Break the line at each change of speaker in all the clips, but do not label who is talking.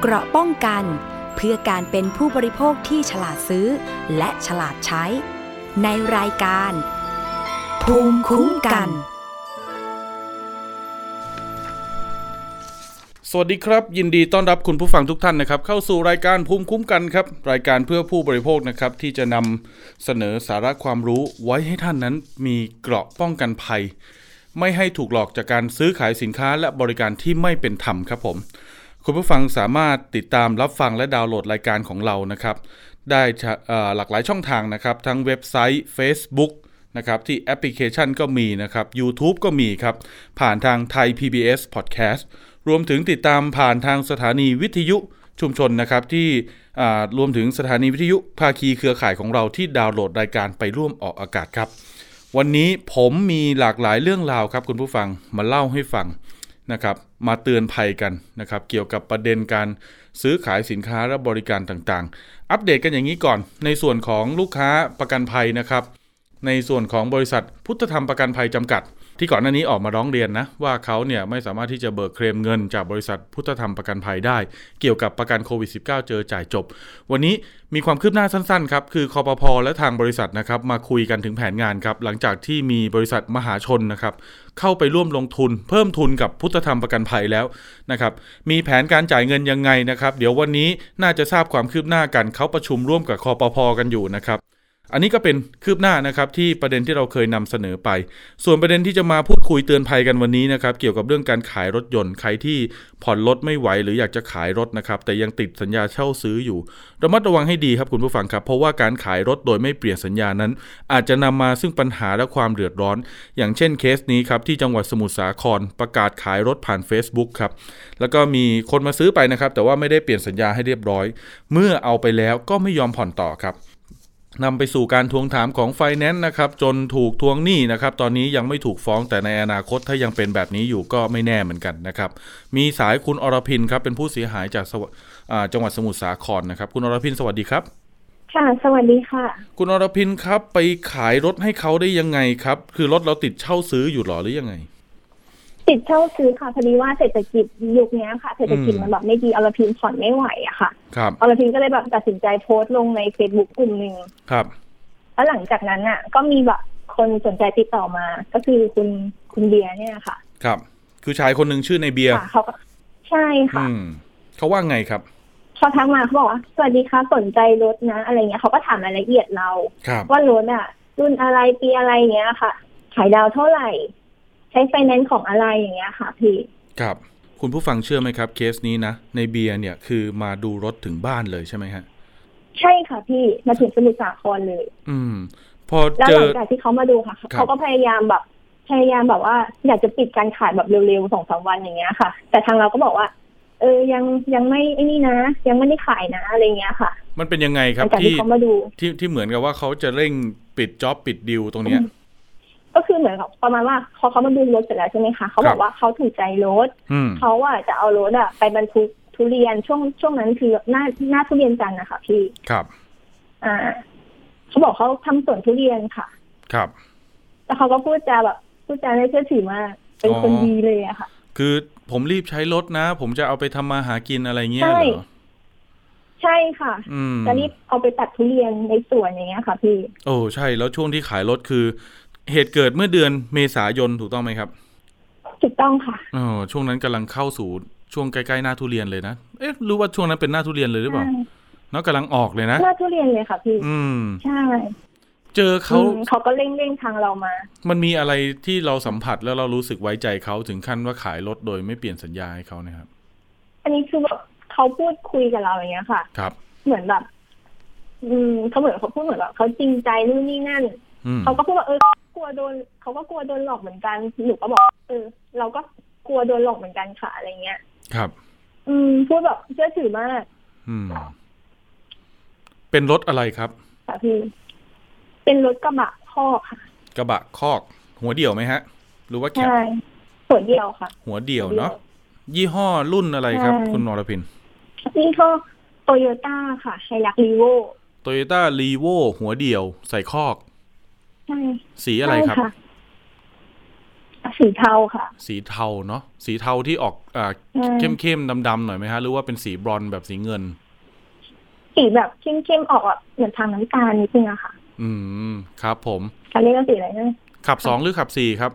เกราะป้องกัน เพื่อการเป็นผู้บริโภคที่ฉลาดซื้อ และฉลาดใช้ ในรายการ ภูมิคุ้มกัน
สวัสดีครับ ยินดีต้อนรับคุณผู้ฟังทุกท่านนะครับ เข้าสู่รายการภูมิคุ้มกันครับ รายการเพื่อผู้บริโภคนะครับ ที่จะนำเสนอสาระความรู้ไว้ให้ท่านนั้นมีเกราะป้องกันภัย ไม่ให้ถูกหลอกจากการซื้อขายสินค้าและบริการที่ไม่เป็นธรรมครับผม คุณผู้ฟังสามารถติดตามรับฟังและดาวน์โหลดรายการของเรานะครับ ได้ชะเอ่อหลากหลายช่องทางนะครับ ทั้งเว็บไซต์ Facebook นะครับที่แอปพลิเคชันก็มีนะครับ YouTube ก็มีครับ ผ่านทางไทย PBS Podcast รวมถึงติดตามผ่านทางสถานีวิทยุชุมชนนะครับ ที่อ่ารวมถึงสถานีวิทยุภาคีเครือข่ายของเราที่ดาวน์โหลดรายการไปร่วมออกอากาศครับ วันนี้ผมมีหลากหลายเรื่องราวครับ คุณผู้ฟังมาเล่าให้ฟังนะครับ มาเตือนภัยกันนะครับ เกี่ยวกับประเด็นการซื้อขายสินค้าและบริการต่างๆ อัปเดตกันอย่างนี้ก่อน ในส่วนของลูกค้าประกันภัยนะครับ ในส่วนของบริษัทพุทธธรรมประกันภัยจำกัด ที่ก่อนหน้านี้ออกมาร้องเรียนนะ ว่าเขาเนี่ยไม่สามารถที่จะเบิกเคลมเงินจากบริษัทพุทธธรรมประกันภัยได้ เกี่ยวกับประกันโควิด -19 เจอจ่ายจบ วันนี้มีความคืบหน้าสั้นๆครับ คือคอปพและทางบริษัทนะครับมาคุยกันถึงแผนงานครับ หลังจากที่มีบริษัทมหาชนนะครับ เข้าไปร่วมลงทุน เพิ่มทุนกับพุทธธรรมประกันภัยแล้วนะครับมีแผนการจ่ายเงินยังไงนะครับ เดี๋ยววันนี้น่าจะทราบความคืบหน้ากันเขาประชุมร่วมกับคอปพกันอยู่นะครับ อันนี้ก็เป็นคืบหน้านะครับที่ประเด็นที่เราเคยนำเสนอไป ส่วนประเด็นที่จะมาพูดคุยเตือนภัยกันวันนี้นะครับ เกี่ยวกับเรื่องการขายรถยนต์ใครที่ผ่อนรถไม่ไหวหรืออยากจะขายรถนะครับ แต่ยังติดสัญญาเช่าซื้ออยู่ระมัดระวังให้ดีครับคุณผู้ฟังครับ เพราะว่าการขายรถโดยไม่เปลี่ยนสัญญานั้น อาจจะนำมาซึ่งปัญหาและความเดือดร้อน อย่างเช่นเคสนี้ครับที่จังหวัดสมุทรสาครประกาศขายรถผ่าน Facebook ครับแล้วก็มีคนมาซื้อไปนะครับ แต่ว่าไม่ได้เปลี่ยนสัญญาให้เรียบร้อย เมื่อเอาไปแล้วก็ไม่ยอมผ่อนต่อครับ นำไปสู่การทวงถามของไฟแนนซ์นะครับ จนถูกทวงหนี้นะครับ ตอนนี้ยังไม่ถูกฟ้องแต่ในอนาคตถ้ายังเป็นแบบนี้อยู่ก็ไม่แน่เหมือนกันนะครับ มีสายคุณอรพินครับ เป็นผู้เสียหายจากสวอ่าจังหวัดสมุทรสาครนะครับ คุณอรพินสวัสดีครับ
ค่ะ สวัสดีค่ะ
คุณอรพินครับไปขายรถให้เขาได้ยังไงครับ คือรถเราติดเช่าซื้ออยู่หรอหรือยังไง
ติดเช่าซื้อค่ะพอดีว่าเศรษฐกิจยุคเนี้ยค่ะ เศรษฐกิจมันแบบไม่ดีอรพินผ่อนไม่ไหวอะค่ะ
ครับ
อรพินก็เลยแบบตัดสินใจโพสต์ลงใน Facebook กลุ่มหนึ่ง
ครับ
แล้วหลังจากนั้นอะก็มีแบบคนสนใจติดต่อมา ก็คือคุณคุณเบียร์เนี่ยค่ะ
ครับ คือชายคนหนึ่งชื่อในเบียร์
ค่ะเขาก็ใช่ค่ะ
อืมเขาว่าไงครับ
เขาทักมาเขาบอกว่าสวัสดีค่ะสนใจรถนะ อะไรเงี้ยเขาก็ถามรายละเอียดเรา
ครับ
ว่ารถอะรุ่นอะไรปีอะไรเงี้ยค่ะ ขายดาวเท่าไหร่ ใช้ไฟแนนซ์ของอะไรอย่างเงี้ยค่ะพี่
ครับ คุณผู้ฟังเชื่อไหมครับเคสนี้นะในเบียร์เนี่ยคือมาดูรถถึงบ้านเลยใช่ไหมฮะ
ใช่ค่ะพี่มาถึงสมุทรสาครเลย
อืมพอ
แล้ว
เจ
หลั
อ
งจากที่เขามาดูค่ะ
ครับ
เขาก็พยายามแบบพยายามแบบว่า อยากจะปิดการขายแบบเร็วๆสองสามวันอย่างเงี้ยค่ะ แต่ทางเราก็บอกว่า เออยังยังไม่ไอ้นี่นะ ยังไม่ได้ขายนะอะไรเงี้ยค่ะ
มันเป็นยังไง
ห
ค
ลั
รับ
งจากที่
ที่
เขามาดู
ที่ที่เหมือนกับว่าเขาจะเร่งปิดจ็อบปิดดีลตรงเนี้ย
ก็คือเหมือนกับประมาณว่าพอเขามาดูรถเสร็จแล้วใช่ไหมคะเขา
ค
บอ
รั
ก
บ
ว่าเขาถูกใจรถ
อืม
เขาอ่ะจะเอารถอ่ะไปบรรทุกทุเรียนช่วงช่วงนั้นคือหน้าหน้าทุเรียนจันทร์นะคะพี่
ครับ
อ่าเขาบอกเขาทำสวนทุเรียนค่ะ
ครับ
แต่เขาก็พูดจาแบบพูดจาได้เชื่อถือมากเป็นคน
อ๋อ
ดีเลยอะค่ะ
คือผมรีบใช้รถนะ ผมจะเอาไปทำมาหากินอะไรเงี้ย
ใช่
เหรอ
ใช่ค่ะ
อืม
จะรีบเอาไปตัดทุเรียนในสวนอย่างเงี้ยค่ะ พี่
โอ้ใช่แล้วช่วงที่ขายรถคือ เหตุเกิดเมื่อเดือนเมษายนถูกต้องไหมครับ
ถูกต้องค่ะ
เออช่วงนั้นกำลังเข้าสู่ช่วงใกล้ๆหน้าทุเรียนเลยนะเอ๊ะรู้ว่าช่วงนั้นเป็นหน้าทุเรียนเลยหรือเปล่าเนาะกำลังออกเลยนะ
หน้าทุเรียนเลยค่ะพี่
อืม
ใช่
เจอเขา
อืมเขาก็เร่งเร่งทางเรามา
มันมีอะไรที่เราสัมผัสแล้วเรารู้สึกไว้ใจเขาถึงขั้นว่าขายรถโดยไม่เปลี่ยนสัญญาให้เขานะครับ
อันนี้คือแบบเขาพูดคุยกับเราอย่างเงี้ยค่ะ
ครับ
เหมือนแบบ อืมเขาเหมือนเขาพูดเหมือนแบบเขาจริงใจนู่นนี่นั่น
อืม
เขาก็พูดว่าเออเขากลัวโดนเขาก็กลัวโดนหลอกเหมือนกันหนูก็บอกเออ เราก็กลัวโดนหลอกเหมือนกันค่ะอะไรเงี้ย
ครับ
อืม พูดแบบเชื่อถือมาก
อืม เป็นรถอะไรครับ
ค่ะพี่ เป็นรถกระบะพ่อกค่ะ
กระบะคอก หัวเดี่ยวไหมฮะ หรือว่าแคป
ใช่ส่วนเดียวค่ะ
หัวเดี่ยวเนาะยี่ห้อรุ่นอะไรครับ
ใช่
คุณนรพิน
นี่ก็โตโยต้าค่ะไฮรักรีโว
โตโยต้ารีโวหัวเดี่ยว ใส่คอก
ใช่
สีอะไร
ใช่
ครับ
ค่ะ สีเทาค่ะ
สีเทาเนาะสีเทาที่ออกอ่า
อืม
เข้มๆดำๆหน่อยไหมฮะหรือว่าเป็นสีบรอนซ์แบบสีเงิน
สีแบบเข้มๆออกแบบเหมือนทางน้ำตาลนิดนึงอะค่ะ
อืมครับผม
เขาเรียกว่าสีอะไรนะ
ขับสองหรือขับสี่ครับ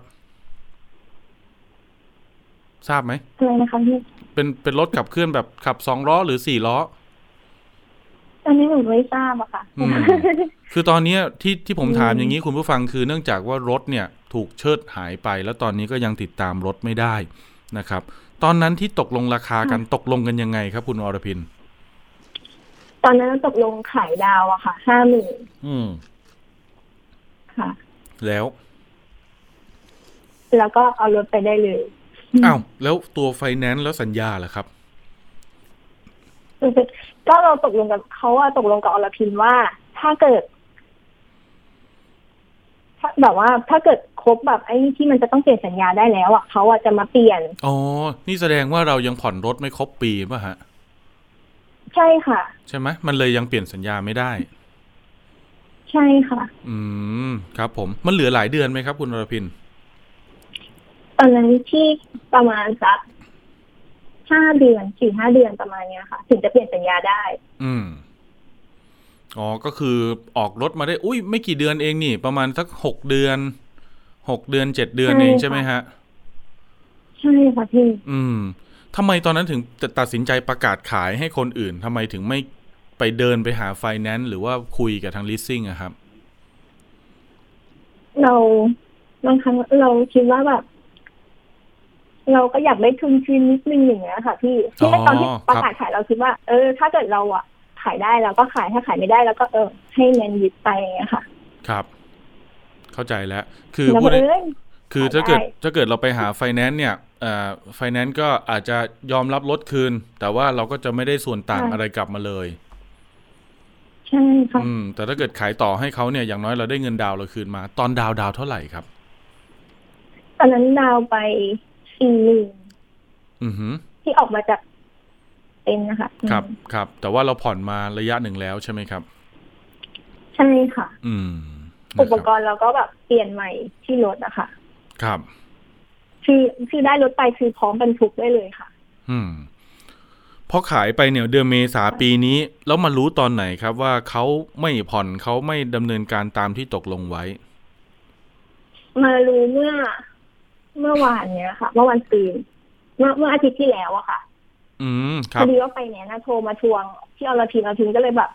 ทราบไหม
อะไรนะคะพี่
เป็นเป็นรถขับเคลื่อนแบบขับสองล้อหรือสี่ล้อ
อันนี้หนูไม่ทราบอะค่ะ
อืม คือตอนเนี้ยที่ที่ผมถาม
อืม
อย่างนี้คุณผู้ฟังคือเนื่องจากว่ารถเนี่ยถูกเชิดหายไป แล้วตอนนี้ก็ยังติดตามรถไม่ได้นะครับ ตอนนั้นที่ตกลงราคากันตกลงกันยังไงครับ คุณอรพิน
ตอนนั้นเราตกลงขายดาวอะค่ะห้าหมื่น
อืม
ค่ะ
แล้ว
แล้วก็เอารถไปได้เลย
อ้าวแล้วตัวไฟแนนซ์แล้วสัญญาล่ะครับ
ก็เราตกลงกับเขาว่าตกลงกับอรพินว่า ถ้าเกิดถ้าแบบว่า ถ้าเกิดครบแบบไอ้ที่มันจะต้องเปลี่ยนสัญญาได้แล้วอะเขาอะจะมาเปลี่ยน
อ๋อ นี่แสดงว่าเรายังผ่อนรถไม่ครบปีป่ะฮะ
ใช่ค่ะ
ใช่ไหมมันเลยยังเปลี่ยนสัญญาไม่ได้
ใช่ค่ะ
อืม ครับ ผมมันเหลือหลายเดือนไหมครับ คุณอรพิน
ตอนนั้นที่ประมาณสักห้าเดือนสี่ห้าเดือนประมาณเนี้ยค่ะ ถึงจะเปลี่ยนสัญญาได้
อืม อ๋อ ก็คือออกรถมาได้ อุ้ยไม่กี่เดือนเองนี่ ประมาณสักหกเดือน หกเดือนเจ็ดเดือน
ใช่
เอง
ค่ะ
ใช่ไหมฮะ
ใช่ค่ะพี่
อืมทำไมตอนนั้นถึงตตัดสินใจประกาศขายให้คนอื่นทำไมถึงไม่ไปเดินไปหาไฟแนนซ์หรือว่าคุยกับทางลิสซิ่งอะครับ
เราบางครั้งเราคิดว่าแบบ เราก็อยากได้ทุนคืนนิดนึงอย่างเงี้ยค่ะ พี่ที่
อ๋อ
ตอนที่ประ
ครั
กาศ
บ
ขายเราคิดว่า เออ ถ้าเกิดเราอ่ะ ขายได้เราก็ขายถ้าขายไม่ได้เราก็เออ ให้เงินยึดไปอย่างเงี้ยค่ะ
ครับ เข้าใจแล้ว คือ
แล้ว
พูด
เอ
ง่าย
อ
คือ
ขาย
ถ้าเกิด
ได้
ถ้าเกิดเราไปหาไฟแนนซ์เนี่ยไฟแนนซ์ก็อาจจะยอมรับลดคืน แต่ว่าเราก็จะไม่ได้ส่วนต่างอะไรกลับมาเลย
ใช่ค่ะ
อืม แต่ถ้าเกิดขายต่อให้เขาเนี่ยอย่างน้อยเราได้เงินดาวน์เราคืนมา ตอนดาวน์ดาวน์เท่าไหร่ครับ
ตอนนั้นดาวไปสี่หมื่น
อือหือ
ที่ออกมาจากเต็นท์นะคะ
ครับ
อืม
ครับ แต่ว่าเราผ่อนมาระยะหนึ่งแล้วใช่ไหมครับ
ใช่ค่ะ
อืมนะครับ
อุปกรณ์เราก็แบบเปลี่ยนใหม่ที่รถอะค่ะ
ครับ
คือคือได้รถไปคือพร้อมบรรทุกได้เลยค่ะ
อืมพอขายไปเนี่ยเดือนเมษาปีนี้ แล้วมารู้ตอนไหนครับ ว่าเขาไม่ผ่อนเขาไม่ดำเนินการตามที่ตกลงไว้
มารู้เมื่อเมื่อวานเนี้ยค่ะ เมื่อวันซืนเมื่อเมื่ออาทิตย์ที่แล้วอะค่ะ
อืมค
พ
รับ
อดีว่าไปเนี่ยนะโทรมาทวง ที่อรพินอรพินก็เลยแบบ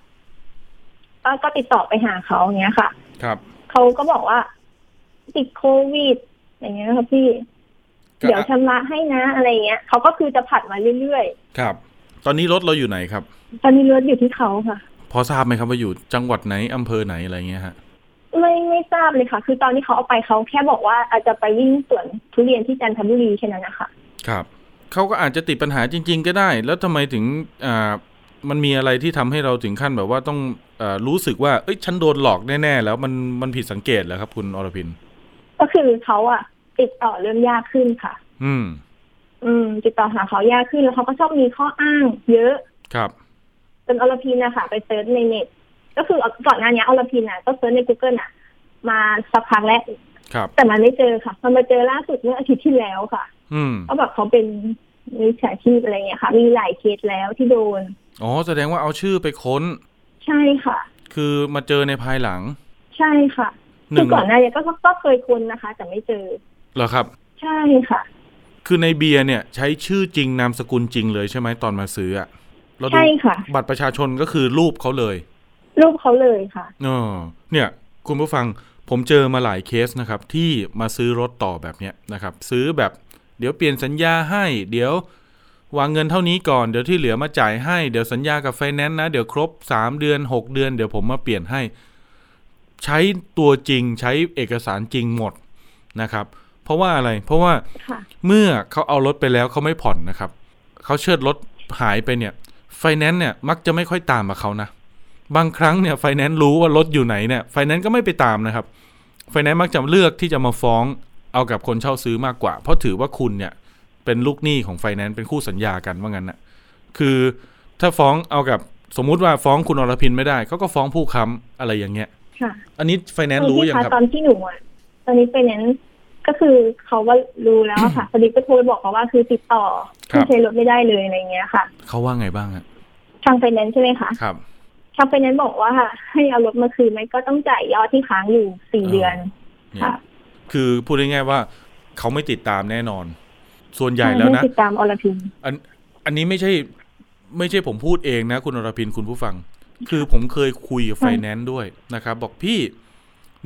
ก็ก็ติดต่อไปหาเขาอย่างเงี้ยค่ะ
ครับ
เขาก็บอกว่า ติดโควิด อย่างเงี้ยนะคะพี่ เดี๋ยวชำระให้นะอะไรเงี้ยเขาก็คือจะผัดมาเรื่อย
ครับ ตอนนี้รถเราอยู่ไหนครับ
ๆตอนนี้รถอยู่ที่เขาค่ะ
พอทราบไหมครับว่าอยู่จังหวัดไหน อำเภอไหนอะไรเงี้ยฮะ
ไม่ไม่ทราบเลยค่ะ คือตอนที่เขาเอาไปเขาแค่บอกว่าอาจจะไปวิ่งสวนทุเรียนที่จันทบุรีแค่นั้นนะคะ
ครับ เขาก็อาจจะติดปัญหาจริง ๆ ก็ได้ แล้วทำไมถึง อ่า มันมีอะไรที่ทำให้เราถึงขั้นแบบว่าต้องเออรู้สึกว่า เอ้ย ฉันโดนหลอกแน่ ๆ แล้วมัน มันผิดสังเกตเหรอครับ คุณอรพิน
ก็คือเขาอะติดต่อเริ่มยากขึ้นค่ะ
อืม
อืม ติดต่อหาเขายากขึ้นแล้วเขาก็ชอบมีข้ออ้าง เยอะ
ครับ
จนอลพินนะคะไปเซิร์ชในเน็ตก็คือก่อนหน้านี้อลพินอะก็เซิร์ชใน Google อะมาสักพักแล้ว
ครับ
แต่มันไม่เจอค่ะ มันมาเจอล่าสุดเมื่ออาทิตย์ที่แล้วค่ะ
อืม
ก็แบบเขาเป็นมิจฉาชีพอะไรเงี้ยค่ะ มีหลายเคสแล้วที่โดน
อ๋อ แสดงว่าเอาชื่อไปค้น
ใช่ค่ะ
คือมาเจอในภายหลัง
ใช่ค่ะ
ห
คื
นึ่
อง ก่อนหน้านี้ก็ก็เคยคนนะคะ แต่ไม่เจอ
เหรอครับ
ใช่ค่ะ
คือในเบียร์เนี่ย ใช้ชื่อจริงนามสกุลจริงเลยใช่ไหมตอนมาซื้ออะเราดู
ใช่ค่ะ
บัตรประชาชนก็คือรูปเขาเลย
รูปเขาเลยค่ะ
เออเนี่ย คุณผู้ฟังผมเจอมาหลายเคสนะครับ ที่มาซื้อรถต่อแบบเนี้ยนะครับ ซื้อแบบเดี๋ยวเปลี่ยนสัญญาให้ เดี๋ยววางเงินเท่านี้ก่อนเดี๋ยวที่เหลือมาจ่ายให้ เดี๋ยวสัญญากับไฟแนนซ์นะ เดี๋ยวครบ 3 เดือน 6 เดือน เดี๋ยวผมมาเปลี่ยนให้ ใช้ตัวจริงใช้เอกสารจริงหมดนะครับ เพราะว่าอะไรเพราะว่า
ค่ะ
เมื่อเขาเอารถไปแล้วเขาไม่ผ่อนนะครับ เขาเชิดรถหายไปเนี่ยไฟแนนซ์เนี่ยมักจะไม่ค่อยตามมาเขานะ บางครั้งเนี่ยไฟแนนซ์รู้ว่ารถอยู่ไหนเนี่ยไฟแนนซ์ก็ไม่ไปตามนะครับไฟแนนซ์มักจะเลือกที่จะมาฟ้องเอากับคนเช่าซื้อมากกว่า เพราะถือว่าคุณเนี่ยเป็นลูกหนี้ของไฟแนนซ์เป็นคู่สัญญากันว่างั้นนะคือถ้าฟ้องเอากับสมมุติว่าฟ้องคุณอรพินไม่ได้เขาก็ฟ้องผู้ค้ำอะไรอย่างเงี้ย
ค่ะ
อันนี้ไฟแนนซ์รู้ยัง
คะ
ครับ
ตอนที่หนูอ่ะ ตอนนี้เป็นนั้น ก็คือเขาว่ารู้แล้วอะค่ะ พอดีก็โทรไปบอกเขาว่าคือติดต่อ
ครับ
ที่เชลรถไม่ได้เลยอะไรเงี้ยค่ะ
เขาว่าไงบ้างอะ
ทางไฟแนนซ์ใช่ไหมคะ
ครับ
ทางไฟแนนซ์บอกว่าให้เอารถมาคืนไหมก็ต้องจ่ายยอดที่ค้างอยู่สี่เดือน
เนี่ย
ค่ะ
คือพูดง่ายๆว่า เขาไม่ติดตามแน่นอน ส่วนใหญ่แล้ว
ไม่
นะ
ติดตามอรพิน
อันอันนี้ไม่ใช่ไม่ใช่ผมพูดเองนะ คุณอรพินคุณผู้ฟัง คือผมเคยคุยกับไฟแนนซ์ด้วยนะครับ บอกพี่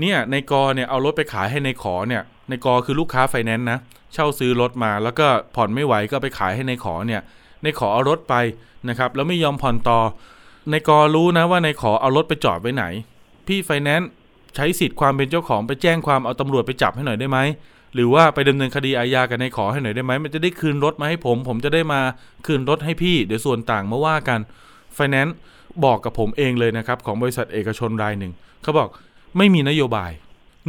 เนี่ยในกอเนี่ยเอารถไปขายให้ในขอเนี่ยในกอคือลูกค้าไฟแนนซ์นะ เช่าซื้อรถมาแล้วก็ผ่อนไม่ไหวก็ไปขายให้ในขอเนี่ย ในขอเอารถไปนะครับ แล้วไม่ยอมผ่อนต่อ ในกอรู้นะว่าในขอเอารถไปจอดไว้ไหน พี่ไฟแนนซ์ใช้สิทธิ์ความเป็นเจ้าของไปแจ้งความเอาตำรวจไปจับให้หน่อยได้ไหม หรือว่าไปดำเนินคดีอาญากับนายขอให้หน่อยได้ไหมมันจะได้คืนรถมาให้ผม ผมจะได้มาคืนรถให้พี่ เดี๋ยวส่วนต่างมาว่ากันไฟแนนซ์บอกกับผมเองเลยนะครับ ของบริษัทเอกชนรายหนึ่ง เขาบอกไม่มีนโยบาย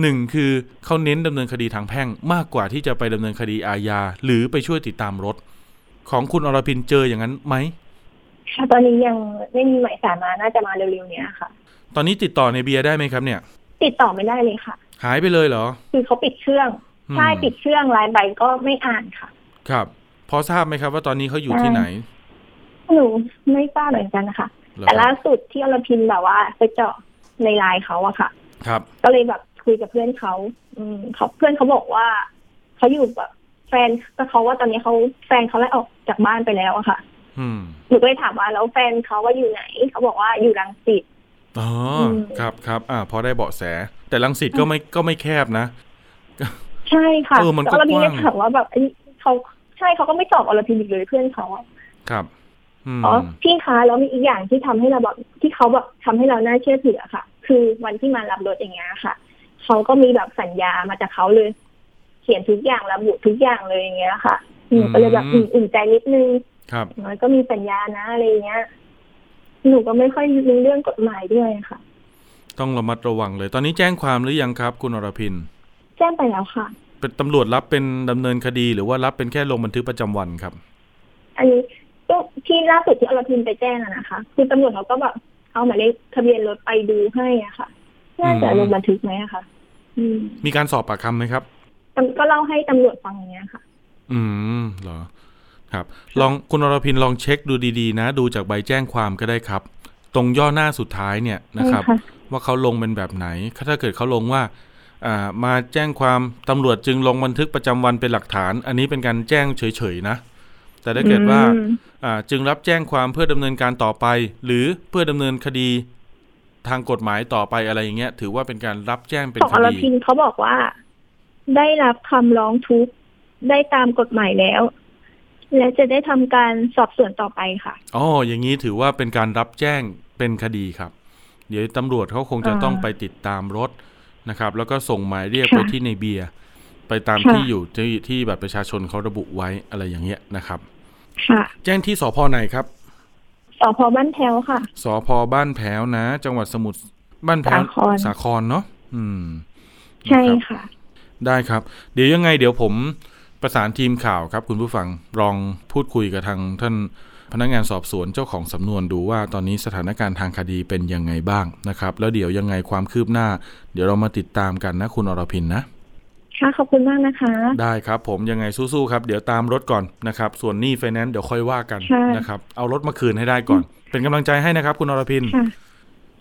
หนึ่งคือเขาเน้นดำเนินคดีทางแพ่งมากกว่าที่จะไปดำเนินคดีอาญาหรือไปช่วยติดตามรถ ของคุณอรพินเจออย่างนั้นไหม
ค่ะตอนนี้ยังไม่มีหมายสารมา น่าจะมาเร็วๆเนี้ยค่ะ
ตอนนี้ติดต่อในเบียร์ได้ไหมครับเนี่ย
ติดต่อไม่ได้เลยค่ะ
หายไปเลยเหรอ
คือเขาปิดเครื่อง ใช่
อืม
ปิดเครื่องไลน์ใบก็ไม่อ่านค่ะ
ครับพอทราบไหมครับว่าตอนนี้เขาอยู่ที่ไหน
หนูไม่ทราบเหมือนกันนะคะ
เหรอ
แต่ล่าสุดที่อรพินแบบว่าไปเจาะในไลน์เขาอะค่ะ
ครับ
ก็เลยแบบคุยกับเพื่อนเขา อืมเขาเพื่อนเขาบอกว่าเขาอยู่แบบแฟนก็เขาว่าตอนนี้เขาแฟนเขาไล่ออกจากบ้านไปแล้วอะค่ะ
อืม
หนูก็เลยถามว่าแล้วแฟนเขาว่าอยู่ไหน เขาบอกว่าอยู่รังสิต
อ๋อ
ม
ครับครับอ่าพอได้เบาะแส แต่ลังสิตก็ไม่ก็ไม่แคบนะ
ใช่ค่ะ
เออมันก็
แล้วอรพิน
ก
ก็
ว้าง
ถามว่าแบบเอ้ยเขาใช่เขาก็ไม่ตอบอรพินอีกเลยเพื่อนเขาอะ
ครับอืม
อ๋อพี่คะแล้วมีอีกอย่างที่ทำให้เราแบบที่เขาแบบทำให้เราน่าเชื่อถืออะค่ะ คือวันที่มารับรถอย่างเงี้ยค่ะเขาก็มีแบบสัญญามาจากเขาเลย เขียนทุกอย่างระบุทุกอย่างเลยอย่างเงี้ยค่ะหนูก็เลยแบบอืมอุ่นใจนิดนึง
ครับ
อย่างน้อยก็มีสัญญานะอะไรอย่างเงี้ย หนูก็ไม่ค่อยรู้เรื่องกฎหมายด้วยค่ะ
ต้องระมัดระวังเลย ตอนนี้แจ้งความหรือยังครับ คุณอรพิน
แจ้งไปแล้วค่ะ
เป็นตำรวจรับเป็นดำเนินคดี หรือว่ารับเป็นแค่ลงบันทึกประจำวันครับ
อันนี้ก็ที่ล่าสุดที่อรพินไปแจ้งอะนะคะ คือตำรวจเขาก็แบบเอาหมายเลขทะเบียนรถไปดูให้อะค่ะน่าจะลงบันทึกไหมอะค่ะ อืม
มีการสอบปากคำไหมครับ
ก็เล่าให้ตำรวจฟังอย่างเงี้ยค่ะ
อืมเหรอครับ ลองคุณอรพินลองเช็คดูดีๆ นะ ดูจากใบแจ้งความก็ได้ครับ ตรงย่อหน้าสุดท้ายเนี่ยนะครับ
ใช่ค่ะ
ว่าเขาลงเป็นแบบไหน ถ้าเกิดเขาลงว่าอ่ามาแจ้งความตำรวจจึงลงบันทึกประจำวันเป็นหลักฐาน อันนี้เป็นการแจ้งเฉยๆนะ แต่ถ้าเกิดว่า
อืม
อ่าจึงรับแจ้งความเพื่อดำเนินการต่อไป หรือเพื่อดำเนินคดีทางกฎหมายต่อไปอะไรอย่างเงี้ย ถือว่าเป็นการรับแจ้งเป็น
ของ
ค
อร
ดี
พินเขาบอกว่า ได้รับคำร้องทุกข์ได้ตามกฎหมายแล้ว และจะได้ทำการสอบสวนต่อไปค่ะ
อ๋ออย่างนี้ถือว่าเป็นการรับแจ้งเป็นคดีครับ เดี๋ยวตำรวจเขาคงจะ
อ่า
ต้องไปติดตามรถนะครับ แล้วก็ส่งหมายเรียก
ค่ะ
ไปที่ในเบียร์ไปตาม
ค่ะ
ที่อยู่ที่ที่บัตรประชาชนเขาระบุไว้อะไรอย่างเงี้ยนะครับ
ค่ะ
แจ้งที่สพไหนครับ
สพบ้านแถวค่ะ
สพบ้านแพ้วนะ จังหวัดสมุทรบ้านแพ้ว
สาคร
สาครเนาะอืม
ใช่
นะครับ
ค่ะ
ได้ครับ เดี๋ยวยังไงเดี๋ยวผมประสานทีมข่าวครับ คุณผู้ฟังลองพูดคุยกับทางท่านพนักงานสอบสวนเจ้าของสำนวนดูว่าตอนนี้สถานการณ์ทางคดีเป็นยังไงบ้างนะครับ แล้วเดี๋ยวยังไงความคืบหน้า เดี๋ยวเรามาติดตามกันนะคุณอรพินนะ
ค่ะ ขอบคุณมากนะคะ
ได้ครับผมยังไงสู้ๆครับ เดี๋ยวตามรถก่อนนะครับ ส่วนหนี้ไฟแนนซ์เดี๋ยวค่อยว่ากัน
ใช่
นะครับเอารถมาคืนให้ได้ก่อน เป็นกำลังใจให้นะครับ คุณอรพิน
ค่ะ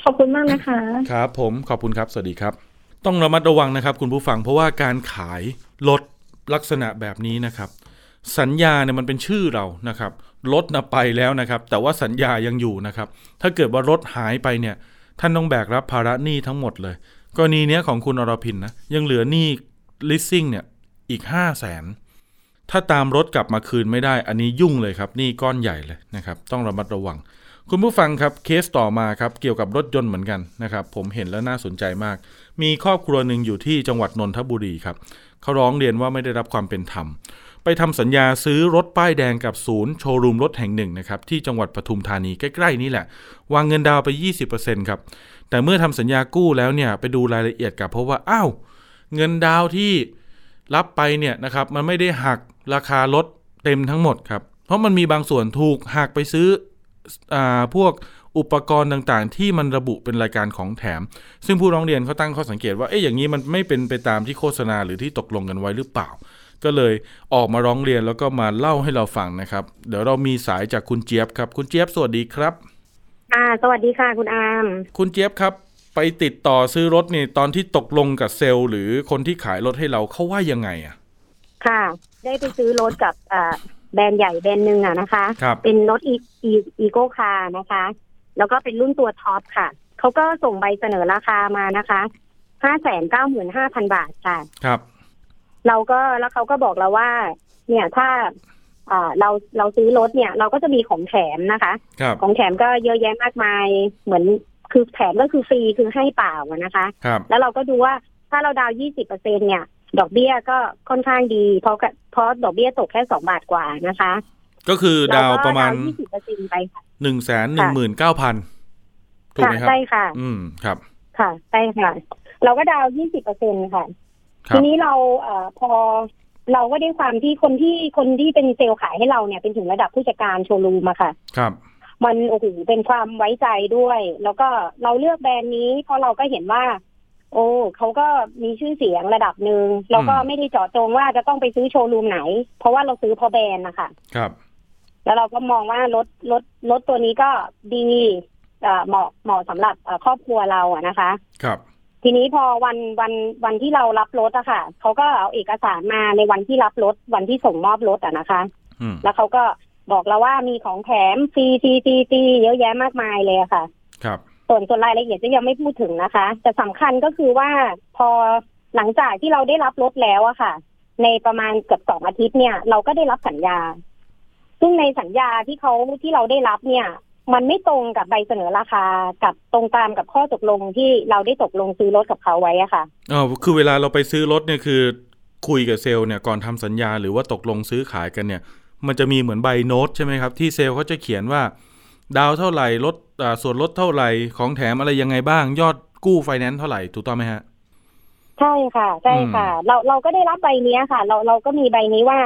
ขอบคุณมากนะคะ
ครับผมขอบคุณครับ สวัสดีครับ ต้องระมัดระวังนะครับ คุณผู้ฟังเพราะว่าการขายรถลักษณะแบบนี้นะครับ สัญญาเนี่ยมันเป็นชื่อเรานะครับรถนะไปแล้วนะครับ แต่ว่าสัญญายังอยู่นะครับ ถ้าเกิดว่ารถหายไปเนี่ย ท่านต้องแบกรับภาระหนี้ทั้งหมดเลยกรณีเนี้ยของคุณอรพินนะยังเหลือหนี้ leasing เนี่ยอีก 5 0 0แสนถ้าตามรถกลับมาคืนไม่ได้ อันนี้ยุ่งเลยครับหนี้ก้อนใหญ่เลยนะครับ ต้องระมัดระวัง คุณผู้ฟังครับเคสต่อมาครับเกี่ยวกับรถยนต์เหมือนกันนะครับผมเห็นแล้วน่าสนใจมาก มีครอบครัวหนึ่งอยู่ที่จังหวัดนนทบุรีครับเขาร้องเรียนว่าไม่ได้รับความเป็นธรรม ไปทำสัญญาซื้อรถป้ายแดงกับศูนย์โชว์รูมรถแห่งหนึ่งนะครับที่จังหวัดปทุมธานีใกล้ๆนี่แหละ วางเงินดาวน์ไป 20%ครับแต่เมื่อทำสัญญากู้แล้วเนี่ยไปดูรายละเอียดกับเพราะว่าอ้าวเงินดาวน์ที่ รับไปเนี่ยนะครับมันไม่ได้หักราคารถเต็มทั้งหมดครับ เพราะมันมีบางส่วนถูกหักไปซื้ออาพวก อุปกรณ์ต่างๆ ที่มันระบุเป็นรายการของแถม ซึ่งผู้ร้องเรียนเขาตั้งข้อสังเกตว่าเอ๊ะอย่างนี้มันไม่เป็นไปตามที่โฆษณาหรือที่ตกลงกันไว้หรือเปล่า ก็เลยออกมาร้องเรียนแล้วก็มาเล่าให้เราฟังนะครับ เดี๋ยวเรามีสายจากคุณเจี๊ยบครับ คุณเจี๊ยบสวัสดีครับ
ค่ะสวัสดีค่ะคุณอาม
คุณเจี๊ยบครับไปติดต่อซื้อรถนี่ตอนที่ตกลงกับเซลล์ หรือคนที่ขายรถให้เราเขาว่ายังไงอ่ะ
ค่ะ ได้ไปซื้อรถกับเอ่อแบรนด์ใหญ่แบรนด์หนึ่งอะนะคะ
ครับ
เป็นรถอีอีอีโกคาร์นะคะ แล้วก็เป็นรุ่นตัวท็อปค่ะ เขาก็ส่งใบเสนอราคามานะคะห้าแสนเก้าหมื่นห้าพันบาทค่ะ
ครับ
เราก็แล้วเขาก็บอกเราว่า เนี่ยถ้าเอ่อเราเราซื้อรถเนี่ย เราก็จะมีของแถมนะคะ
ครับ
ของแถมก็เยอะแยะมากมาย เหมือนคือแถมก็คือฟรีคือให้เปล่าอะนะคะ
ครับ
แล้วเราก็ดูว่าถ้าเราดาว 20เปอร์เซ็นเนี่ย ดอกเบี้ยก็ค่อนข้างดี เพราะก็เพราะดอกเบี้ยตกแค่ 2 บาทกว่านะคะ
ก็คือดาว
เก็
ประมาณ
ดาว20เปอร์เซ็นไปค่ะ
หนึ่งแสนหนึ่งหมื่นเก้าพันถูกไหมครับ
ใช่ค่ะ
อืม ครับ
ค่ะใช่ค่ะ เราก็ดาว 20เปอร์เซ็นค่ะ
ค
ที
รับ
นี้เราเอ่อพอเราก็ได้ความที่คนที่คนที่เป็นเซลล์ขายให้เราเนี่ยเป็นถึงระดับผู้จัดการโชว์รูมอะค่ะ
ครับ
มันโอ้โหเป็นความไว้ใจด้วย แล้วก็เราเลือกแบรนด์นี้ เพราะเราก็เห็นว่า โอ้เขาก็มีชื่อเสียงระดับหนึ่งเราก็ไม่ได้เจาะจงว่าจะต้องไปซื้อโชว์รูมไหน เพราะว่าเราซื้อเพราะแบรนด์นะคะ
ครับ
แล้วเราก็มองว่ารถรถรถตัวนี้ก็ดีเอ่อเหมาะเหมาะสำหรับเอ่อครอบครัวเราอะนะคะ
ครับ
ทีนี้พอวันวันวันที่เรารับรถอะค่ะเขาก็เอาเอกสารมาในวันที่รับรถวันที่ส่งมอบรถอะนะคะ
อืม
แล้วเขาก็บอกเราว่ามีของแถมฟรีฟรีฟรีฟรีเยอะแยะมากมายเลยอะค่ะ
ครับ
ส่วนส่วนรายละเอียดจะยังไม่พูดถึงนะคะ แต่สำคัญก็คือว่าพอหลังจากที่เราได้รับรถแล้วอะค่ะ ในประมาณเกือบสองอาทิตย์เนี่ย เราก็ได้รับสัญญา ซึ่งในสัญญาที่เขาที่เราได้รับเนี่ย มันไม่ตรงกับใบเสนอราคากับตรงตามกับข้อตกลงที่เราได้ตกลงซื้อรถกับเขาไว้อะค่ะ
เออคือเวลาเราไปซื้อรถเนี่ยคือ คุยกับเซลล์เนี่ยก่อนทำสัญญาหรือว่าตกลงซื้อขายกันเนี่ย มันจะมีเหมือนใบโน้ตใช่ไหมครับ ที่เซลล์เขาจะเขียนว่า ดาวเท่าไหร่ลดอ่าส่วนลดเท่าไหร่ของแถมอะไรยังไงบ้าง ยอดกู้ไฟแนนซ์เท่าไหร่ถูกต้องไหมฮะ
ใช่ค่ะ ใช่ค่ะ เราเราก็ได้รับใบเนี้ยค่ะ เราเราก็มีใบนี้ว่า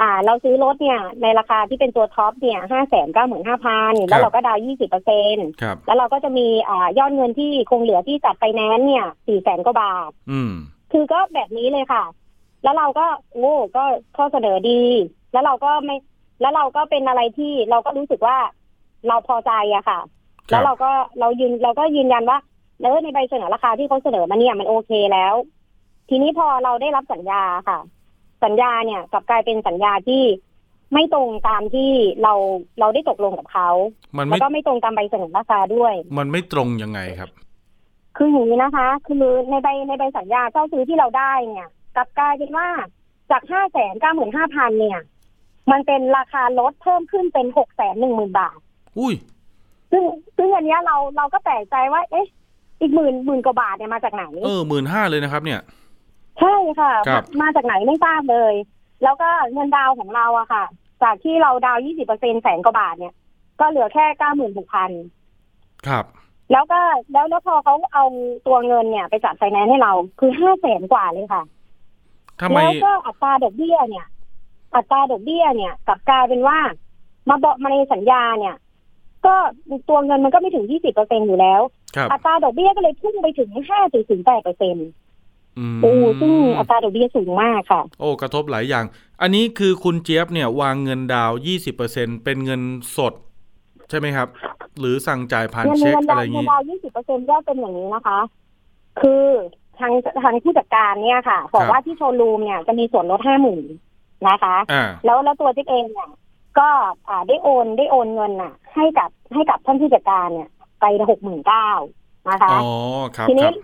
อ่า เราซื้อรถเนี่ย ในราคาที่เป็นตัวท็อปเนี่ยห้าแสนเก้าหมื่นห้าพันแล้วเราก็ดาวยี่สิบเปอร์เซ็น
ครับ
แล้วเราก็จะมีอ่ายอดเงินที่คงเหลือที่จัดไปแนนซ์เนี่ยสี่แสนกว่าบาท
อืม
คือก็แบบนี้เลยค่ะ แล้วเราก็โอ้ก็ข้อเสนอดี แล้วเราก็ไม่ แล้วเราก็เป็นอะไรที่เราก็รู้สึกว่าเราพอใจอะค่ะ
ค
แล้
รั
ว
บ
เราก็เรายืนเราก็ยืนยันว่าเออในใบเสนอราคาที่เขาเสนอมาเนี่ยมันโอเคแล้ว ทีนี้พอเราได้รับสัญญาค่ะ สัญญาเนี่ยกลับกลายเป็นสัญญาที่ไม่ตรงตามที่เราเราได้ตกลงกับเขา
มันไม่
แล้วก็ไม่ตรงตามใบเสนอราคาด้วย
มันไม่ตรงยังไงครับ
คืออย่างนี้นะคะ คือในใบในใบสัญญาเช่าซื้อที่เราได้เนี่ยกลับกลายเป็นว่าจากห้าแสนเก้าหมื่นห้าพันเนี่ย มันเป็นราคาลดเพิ่มขึ้นเป็นหกแสนหนึ่งหมื่นบาท
อุ้ย
ซึ่งซึ่งอันเนี้ยเราเราก็แปลกใจว่า เอ๊ะ อีกหมื่นหมื่นกว่าบาทเนี่ยมาจากไหน
เออหมื่นห้าเลยนะครับ เนี่ย
ใช่ค่ะ
ครับ
มามาจากไหนไม่ทราบเลย แล้วก็เงินดาวของเราอะค่ะ จากที่เราดาวยี่สิบเปอร์เซ็นแสนกว่าบาทเนี่ย ก็เหลือแค่เก้าหมื่นหกพัน
ครับ
แล้วก็แล้วแล้วพอเขาเอาตัวเงินเนี่ยไปจัดไฟแนนซ์ให้เราคือห้าแสนกว่าเลยค่ะ
ทำไม
แล้วก็อัตราดอกเบี้ยเนี่ย อัตราดอกเบี้ยเนี่ยกลับกลายเป็นว่า มาบอกมาในสัญญาเนี่ย ก็ตัวเงินมันก็ไม่ถึง 20เปอร์เซ็นอยู่แล้ว
ครับ
อัตราดอกเบี้ยก็เลยพุ่งไปถึง 5.08เปอร์เซ็นต์
อืม
โอ้ซึ่งอัตราดอกเบี้ยสูงมากค่ะ
โอ้ กระทบหลายอย่าง อันนี้คือคุณเจี๊ยบเนี่ยวางเงินดาวยี่สิบเปอร์เซ็นเป็นเงินสด ใช่ไหมครับ หรือสั่งจ่ายผ่าน
เงิน
เช็ค
เงิน
อะ
ดา
ไร
ว
อย่าง
เงิน
งี้
ดาว 20เปอร์เซ็นต์ก็เป็นอย่างนี้นะคะ คือทางทางผู้จัดการเนี่ยค่ะ บอก
ครับ
ว่าที่โชว์รูมเนี่ยจะมีส่วนลด 50,000นะคะ
อ่า
แล้วแล้วตัวจิ๊กเองเนี่ยก็อ่าได้โอนได้โอนเงินน่ะ ให้กับให้กับท่านผู้จัดการเนี่ย ไปหกหมื่นเก้านะคะ
อ๋อ ครับ
ที
ค
นี้
รับ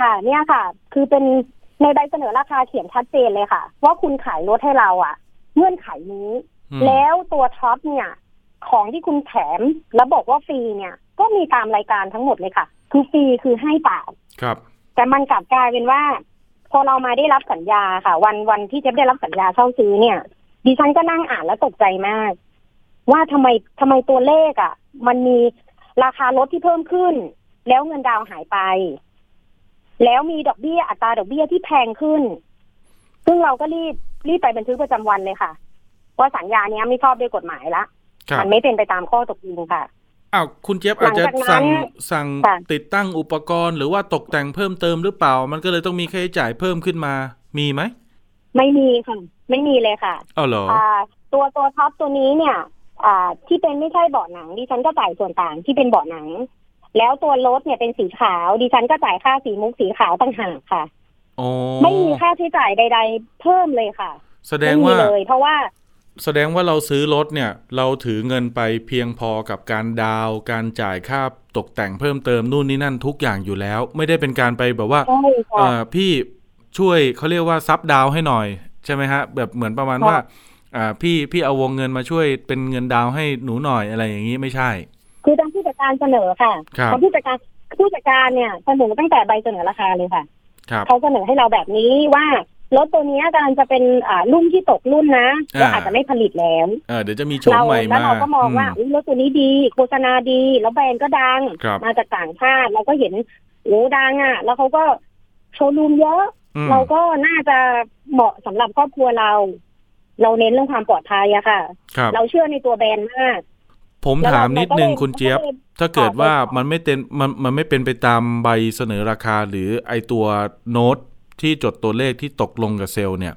ค่ะเนี่ยค่ะ คือเป็นในใบเสนอราคาเขียนชัดเจนเลยค่ะ ว่าคุณขายรถให้เราอ่ะ เงื่อนไขนี้
อืม
แล้วตัวท็อปเนี่ย ของที่คุณแถมแล้วบอกว่าฟรีเนี่ย ก็มีตามรายการทั้งหมดเลยค่ะ คือฟรีคือให้เปล่า
ครับ
แต่มันกลับกลายเป็นว่า พอเรามาได้รับสัญญาค่ะ วันวันที่เจ๊ได้รับสัญญาเช่าซื้อเนี่ย ดิฉันก็นั่งอ่านแล้วตกใจมาก ว่าทำไมทำไมตัวเลขอะ่ะ มันมีราคารถที่เพิ่มขึ้น แล้วเงินดาวน์หายไป แล้วมีดอกเบี้ยอัตราดอกเบี้ยที่แพงขึ้น ซึ่งเราก็รีบรีบไปบันทึกประจำวันเลยค่ะว่าสัญญาเนี้ยไม่ชอบด้วยกฎหมายละ
ครับ
มัไม่เป็นไปตามข้อตกลงค่ะ
อ้าวคุณเจี๊ยบอาจจะ
หลังจากนั้น
สั่งสั่ง
ค่ะ
ติดตั้งอุปกรณ์ หรือว่าตกแต่งเพิ่มเติมหรือเปล่า มันก็เลยต้องมีค่าใช้จ่ายเพิ่มขึ้นมามีไหม
ไม่มีค่ะ ไม่มีเลยค่ะ
อ้าวเหรอ
อ่าตัวตัวท็อปตัวนี้เนี่ย อ่า ที่เป็นไม่ใช่เบาะหนังดิฉันก็จ่ายส่วนต่างที่เป็นเบาะหนัง แล้วตัวรถเนี่ยเป็นสีขาวดิฉันก็จ่ายค่าสีมุกสีขาวต่างหากค่ะ
อ๋อ
ไม่มีค่าใช้จ่ายใด ๆ เพิ่มเลยค่ะ
แสด
ไม่
ง
มี
ว่า
เลย เพราะว่า
แสดงว่าเราซื้อรถเนี่ย เราถือเงินไปเพียงพอกับการดาวน์การจ่ายค่าตกแต่งเพิ่มเติมนู่นนี่นั่นทุกอย่างอยู่แล้ว ไม่ได้เป็นการไปแบบว่า
ใช่
เอ่อ
ค่ะ
พี่ช่วยเขาเรียกว่าซับดาวน์ให้หน่อย ใช่ไหมฮะ แบบเหมือนประมาณว่าอ่าพี่พี่เอาวงเงินมาช่วยเป็นเงินดาวน์ให้หนูหน่อยอะไรอย่างนี้ไม่ใช่
คือทางผู้จัดการเสนอค่ะ
ครับ
ทางผู้จัดการผู้จัดการเนี่ยเสนอตั้งแต่ใบเสนอราคาเลยค่ะ
ครับ
เขาเสนอให้เราแบบนี้ว่ารถตัวเนี้ยกำลังจะเป็นอ่ารุ่นที่ตกรุ่นนะและ
อ่า
อาจจะไม่ผลิตแล้ว
เอ่อเดี๋ยวจะมีโฉม
เรา
ใหม่
แล้
มาว
เราก็มองว่า
อืม
อุ๊ยรถตัวนี้ดี โฆษณาดี แล้วแบรนด์ก็ดัง
ครับ
มาจากต่างชาติเราก็เห็นโอ้ดังอ่ะ แล้วเขาก็โชว์รูมเยอะ
อืม
เราก็น่าจะเหมาะสำหรับครอบครัวเรา เราเน้นเรื่องความปลอดภัยอะค่ะ
ครับ
เราเชื่อในตัวแบรนด์มาก
ผมถามนิดนึงคุณเจี๊ยบ ถ้าเกิดว่า
ค่ะ
มันไม่เต็มมันมันไม่เป็นไปตามใบเสนอราคาหรือไอตัวโน้ตที่จดตัวเลขที่ตกลงกับเซลล์เนี่ย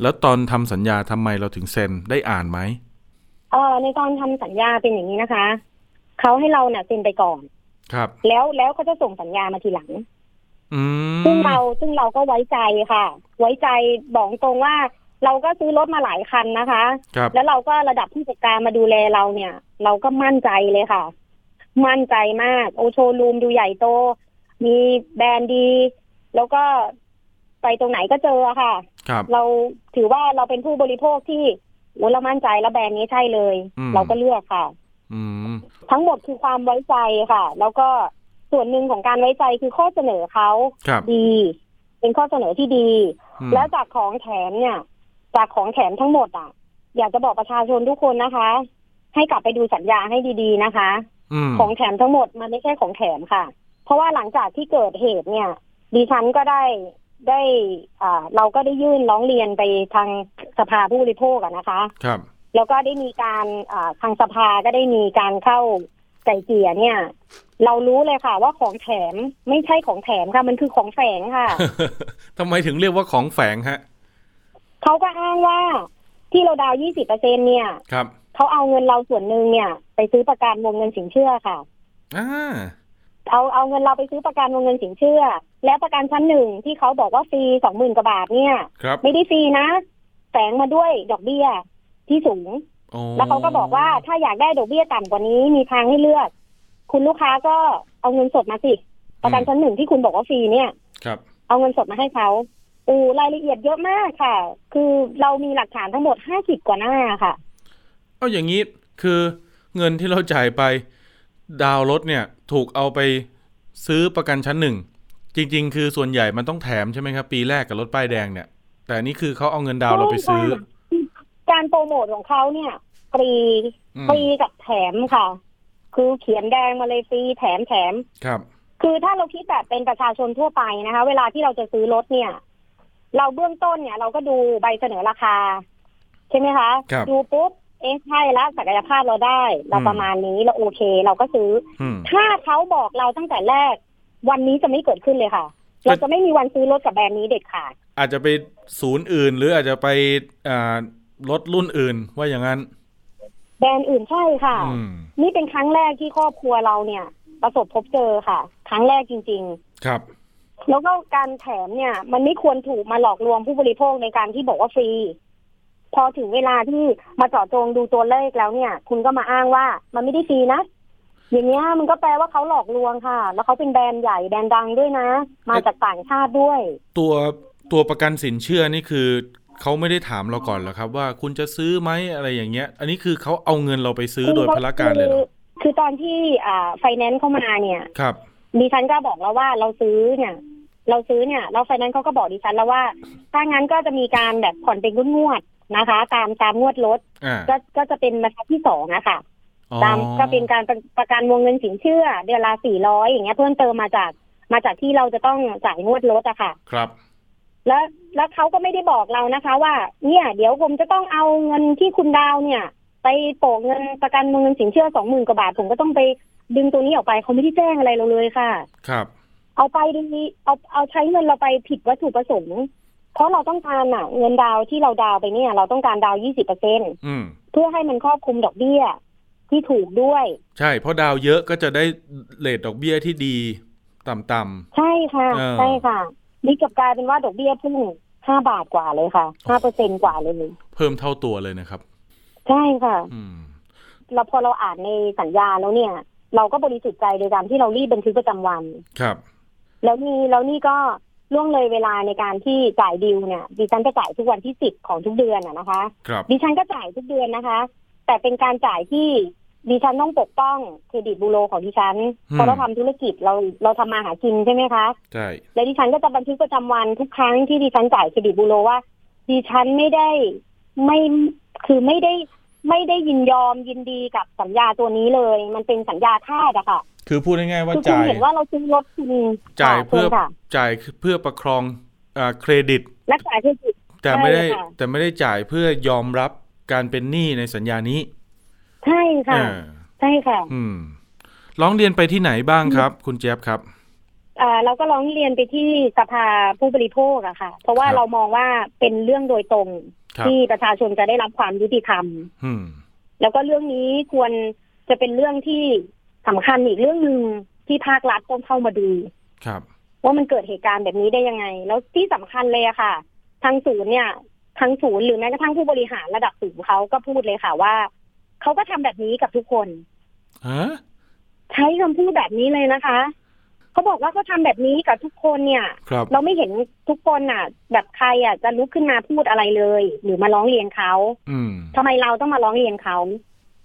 แล้วตอนทำสัญญาทำไมเราถึงเซ็นได้อ่านไหม
เออในตอนทำสัญญาเป็นอย่างนี้นะคะเขาให้เราเนี่ยเซ็นไปก่อน
ครับ
แล้วแล้วเขาจะส่งสัญญามาทีหลัง
อืม
ซึ่งเราซึ่งเราก็ไว้ใจค่ะ ไว้ใจบอกตรงว่า เราก็ซื้อรถมาหลายคันนะคะ
ครับ
แล้วเราก็ระดับผู้จัดการมาดูแลเราเนี่ย เราก็มั่นใจเลยค่ะ มั่นใจมาก โอโชว์รูมดูใหญ่โต มีแบรนด์ดี แล้วก็ไปตรงไหนก็เจอค่ะ
ครับ
เราถือว่าเราเป็นผู้บริโภคที่โอ้เรามั่นใจแล้วแบรนด์นี้ใช่เลย
อืม
เราก็เลือกค่ะ
อืม
ทั้งหมดคือความไว้ใจค่ะ แล้วก็ส่วนหนึ่งของการไว้ใจคือข้อเสนอเขา
ครับ
ดี เป็นข้อเสนอที่ดี
อืม
แล้วจากของแถมเนี่ย จากของแถมทั้งหมดอ่ะ อยากจะบอกประชาชนทุกคนนะคะ ให้กลับไปดูสัญญาให้ดีๆนะคะ
อืม
ของแถมทั้งหมดมันไม่ใช่ของแถมค่ะ เพราะว่าหลังจากที่เกิดเหตุเนี่ยดิฉันก็ได้ได้อ่าเราก็ได้ยื่นร้องเรียนไปทางสภาผู้บริโภคอะนะคะ
ครับ
แล้วก็ได้มีการอ่าทางสภาก็ได้มีการเข้าไก่เกลี่ยเนี่ย เรารู้เลยค่ะ ว่าของแถมไม่ใช่ของแถมค่ะ มันคือของแฝงค่ะ
ทำไมถึงเรียกว่าของแฝงฮะ
เขาก็อ้างว่าที่เราดาว 20เปอร์เซ็นเนี่ย
ครับ
เขาเอาเงินเราส่วนหนึ่งเนี่ย ไปซื้อประกันวงเงินสินเชื่อค่ะ
อ่า
เอาเอาเงินเราไปซื้อประกันวงเงินสินเชื่อ แล้วประกันชั้นหนึ่งที่เขาบอกว่าฟรีสองหมื่นกว่าบาทเนี่ย
ครับ
ไม่ได้ฟรีนะแฝงมาด้วยดอกเบี้ยที่สูง
โอ้
แล้วเขาก็บอกว่าถ้าอยากได้ดอกเบี้ยต่ำกว่านี้มีทางให้เลือก คุณลูกค้าก็เอาเงินสดมาสิ ประกันชั้นหนึ่งที่คุณบอกว่าฟรีเนี่ย
ครับ
เอาเงินสดมาให้เขาอูรายละเอียดเยอะมากค่ะ คือเรามีหลักฐานทั้งหมดห้าสิบกว่าหน้าค่ะ
เอาอย่างนี้คือเงินที่เราจ่ายไปดาวน์รถเนี่ย ถูกเอาไปซื้อประกันชั้นหนึ่ง จริง ๆ คือส่วนใหญ่มันต้องแถมใช่ไหมครับ ปีแรกกับรถป้ายแดงเนี่ย แต่อันนี่คือเขาเอาเงินดาวน์เราไปซื้อ
การโปรโมทของเขาเนี่ยฟรี
อืม
ฟรีกับแถมค่ะ คือเขียนแดงมาเลยฟรีแถมแถม
ครับ
คือถ้าเราคิดแบบเป็นประชาชนทั่วไปนะคะ เวลาที่เราจะซื้อรถเนี่ย เราเบื้องต้นเนี่ย เราก็ดูใบเสนอราคา ใช่ไหมคะ
ครับ
ดูปุ๊บ เอ๊ะใช่ละศักยภาพเราได้ เรา
อืม
ประมาณนี้เราโอเค เราก็ซื้อ
อืม
ถ้าเขาบอกเราตั้งแต่แรก วันนี้จะไม่เกิดขึ้นเลยค่ะ เราจะไม่มีวันซื้อรถกับแบรนด์นี้เด็ดขาด
อาจจะไปศูนย์อื่น หรืออาจจะไปอ่ารถรุ่นอื่นว่าอย่างนั้น
แบรนด์อื่นใช่ค่ะ
อืม
นี่เป็นครั้งแรกที่ครอบครัวเราเนี่ย ประสบพบเจอค่ะ ครั้งแรกจริง
ครับ
ๆ แล้วก็การแถมเนี่ย มันไม่ควรถูกมาหลอกลวงผู้บริโภคในการที่บอกว่าฟรี พอถึงเวลาที่มาเจาะจงดูตัวเลขแล้วเนี่ย คุณก็มาอ้างว่ามันไม่ได้ฟรีนะ อย่างเงี้ยมันก็แปลว่าเขาหลอกลวงค่ะ แล้วเขาเป็นแบรนด์ใหญ่แบรนด์ดังด้วยนะ มาจากต่างชาติด้วย
ตัวตัวประกันสินเชื่อนี่คือเขาไม่ได้ถามเราก่อนเหรอครับ ว่าคุณจะซื้อไหมอะไรอย่างเงี้ย อันนี้คือเขาเอาเงินเราไปซื้อโดยพละการเลยเหรอ
คือตอนที่อ่าไฟแนนซ์เข้ามาเนี่ย
ครับ
ดิฉันก็บอกแล้วว่าเราซื้อเนี่ย เราซื้อเนี่ยแล้วไฟแนนซ์เขาก็บอกดิฉันแล้วว่า ถ้างั้นก็จะมีการแบบผ่อนเป็นงวดๆนะคะ ตามตามงวดรถ
อ่า
ก็ก็จะเป็นมาทัดที่สองอะค่ะ
อ๋อ
ตามก็เป็นการประประกันวงเงินสินเชื่อ เดือนละสี่ร้อยอย่างเงี้ยเพิ่มเติมมาจากมาจากที่เราจะต้องจ่ายงวดรถอะค่ะ
ครับ
แล้วแล้วเขาก็ไม่ได้บอกเรานะคะ ว่าเนี่ย เดี๋ยวผมจะต้องเอาเงินที่คุณดาวน์เนี่ย ไปโปะเงินประกันวงเงินสินเชื่อสองหมื่นกว่าบาท ผมก็ต้องไปดึงตัวนี้ออกไปเขาไม่ได้แจ้งอะไรเราเลยค่ะ
ครับ
เอาไปดีเอาเอาใช้เงินเราไปผิดวัตถุประสงค์เพราะเราต้องการอะเงินดาวที่เราดาวไปเนี่ย เราต้องการดาวยี่สิบเปอร์เซ็น
อืม
เพื่อให้มันครอบคลุมดอกเบี้ยที่ถูกด้วย
ใช่ เพราะดาวเยอะก็จะได้เลทดอกเบี้ยที่ดี ต่ำ
ใช่ค่ะ
เออ
ใช่ค่ะนี่กลับกลายเป็นว่าดอกเบี้ยพุ่งห้าบาทกว่าเลยค่ะห้าเปอร์เซ็นกว่าเลย
ๆ เพิ่มเท่าตัวเลยนะครับ
ใช่ค่ะ
อืม
เราพอเราอ่านในสัญญาแล้วเนี่ย เราก็บริสุทธิ์ใจโดยการที่เรารีบบันทึกประจำวัน
ครับ
แล้วนี่แล้วนี่ก็ล่วงเลยเวลาในการที่จ่ายดิวเนี่ยดิฉันจะจ่ายทุกวันที่สิบของทุกเดือนอะนะคะ
ครับ
ดิฉันก็จ่ายทุกเดือนนะคะ แต่เป็นการจ่ายที่ดิฉันต้องปกป้องเครดิตบูโรของดิฉัน
อืม
เพราะเราทำธุรกิจเราเราทำมาหากินใช่ไหมคะ
ใช่
และดิฉันก็จะบันทึกประจำวันทุกครั้งที่ดิฉันจ่ายเครดิตบูโรว่า ดิฉันไม่ได้ไม่คือไม่ได้ไม่ได้ยินยอมยินดีกับสัญญาตัวนี้เลย มันเป็นสัญญาทาสอะค่ะ
คือพูดง่ายๆว่า
คือคุณ
จ่าย
เห็นว่าเราซื้อรถคุณ
จ่าย
ค่ะ
เพื่อ
คุณค่ะ
จ่ายเพื่อประครองอ่าเครดิต
รักษาเครดิต
แต่
ใช่
ไม่ได้
ค่ะ
แต่ไม่ได้จ่ายเพื่อยอมรับการเป็นหนี้ในสัญญานี้
ใช่ค่ะ
อ่า
ใช่ค่ะ
อืม ร้องเรียนไปที่ไหนบ้างครับ คุณเจี๊ยบครับ
เอ่อเราก็ร้องเรียนไปที่สภาผู้บริโภคอะค่ะ เพราะว่า
ครับ
เรามองว่าเป็นเรื่องโดยตรง
ครับ
ที่ประชาชนจะได้รับความยุติธรรม
อืม
แล้วก็เรื่องนี้ควรจะเป็นเรื่องที่สำคัญอีกเรื่องหนึ่งที่ภาครัฐต้องเข้ามาดู
ครับ
ว่ามันเกิดเหตุการณ์แบบนี้ได้ยังไง แล้วที่สำคัญเลยอะค่ะ ทางศูนย์เนี่ยทางศูนย์หรือแม้กระทั่งผู้บริหารระดับสูงเขาก็พูดเลยค่ะว่าเขาก็ทำแบบนี้กับทุกคน
ฮะ
ใช้คำพูดแบบนี้เลยนะคะเขาบอกว่าเขาทำแบบนี้กับทุกคนเนี่ย
ครับ
เราไม่เห็นทุกคนอ่ะ แบบใครอ่ะจะลุกขึ้นมาพูดอะไรเลย หรือมาร้องเรียนเขา
อืม
ทำไมเราต้องมาร้องเรียนเขา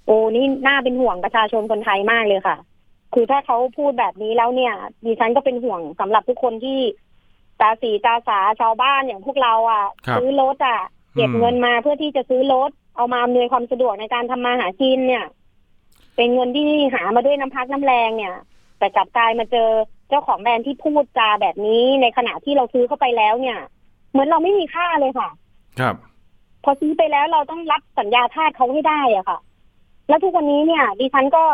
โอ้นี่น่าเป็นห่วงประชาชนคนไทยมากเลยค่ะ คือถ้าเขาพูดแบบนี้แล้วเนี่ยดิฉันก็เป็นห่วงสำหรับทุกคนที่ตาสีตาสาชาวบ้านอย่างพวกเราอ่ะ
ครับ
ซื้อรถอ่ะเก็บ
อืม
เงินมาเพื่อที่จะซื้อรถเอามาอำนวยความสะดวกในการทำมาหากินเนี่ย เป็นเงินที่หามาด้วยน้ำพักน้ำแรงเนี่ย แต่กลับกลายมาเจอเจ้าของแบรนด์ที่พูดจาแบบนี้ในขณะที่เราซื้อเข้าไปแล้วเนี่ย เหมือนเราไม่มีค่าเลยค่ะ
ครับ
พอซื้อไปแล้วเราต้องรับสัญญาทาสเขาให้ได้อะค่ะ แล้วทุกวันนี้เนี่ยดิฉันก็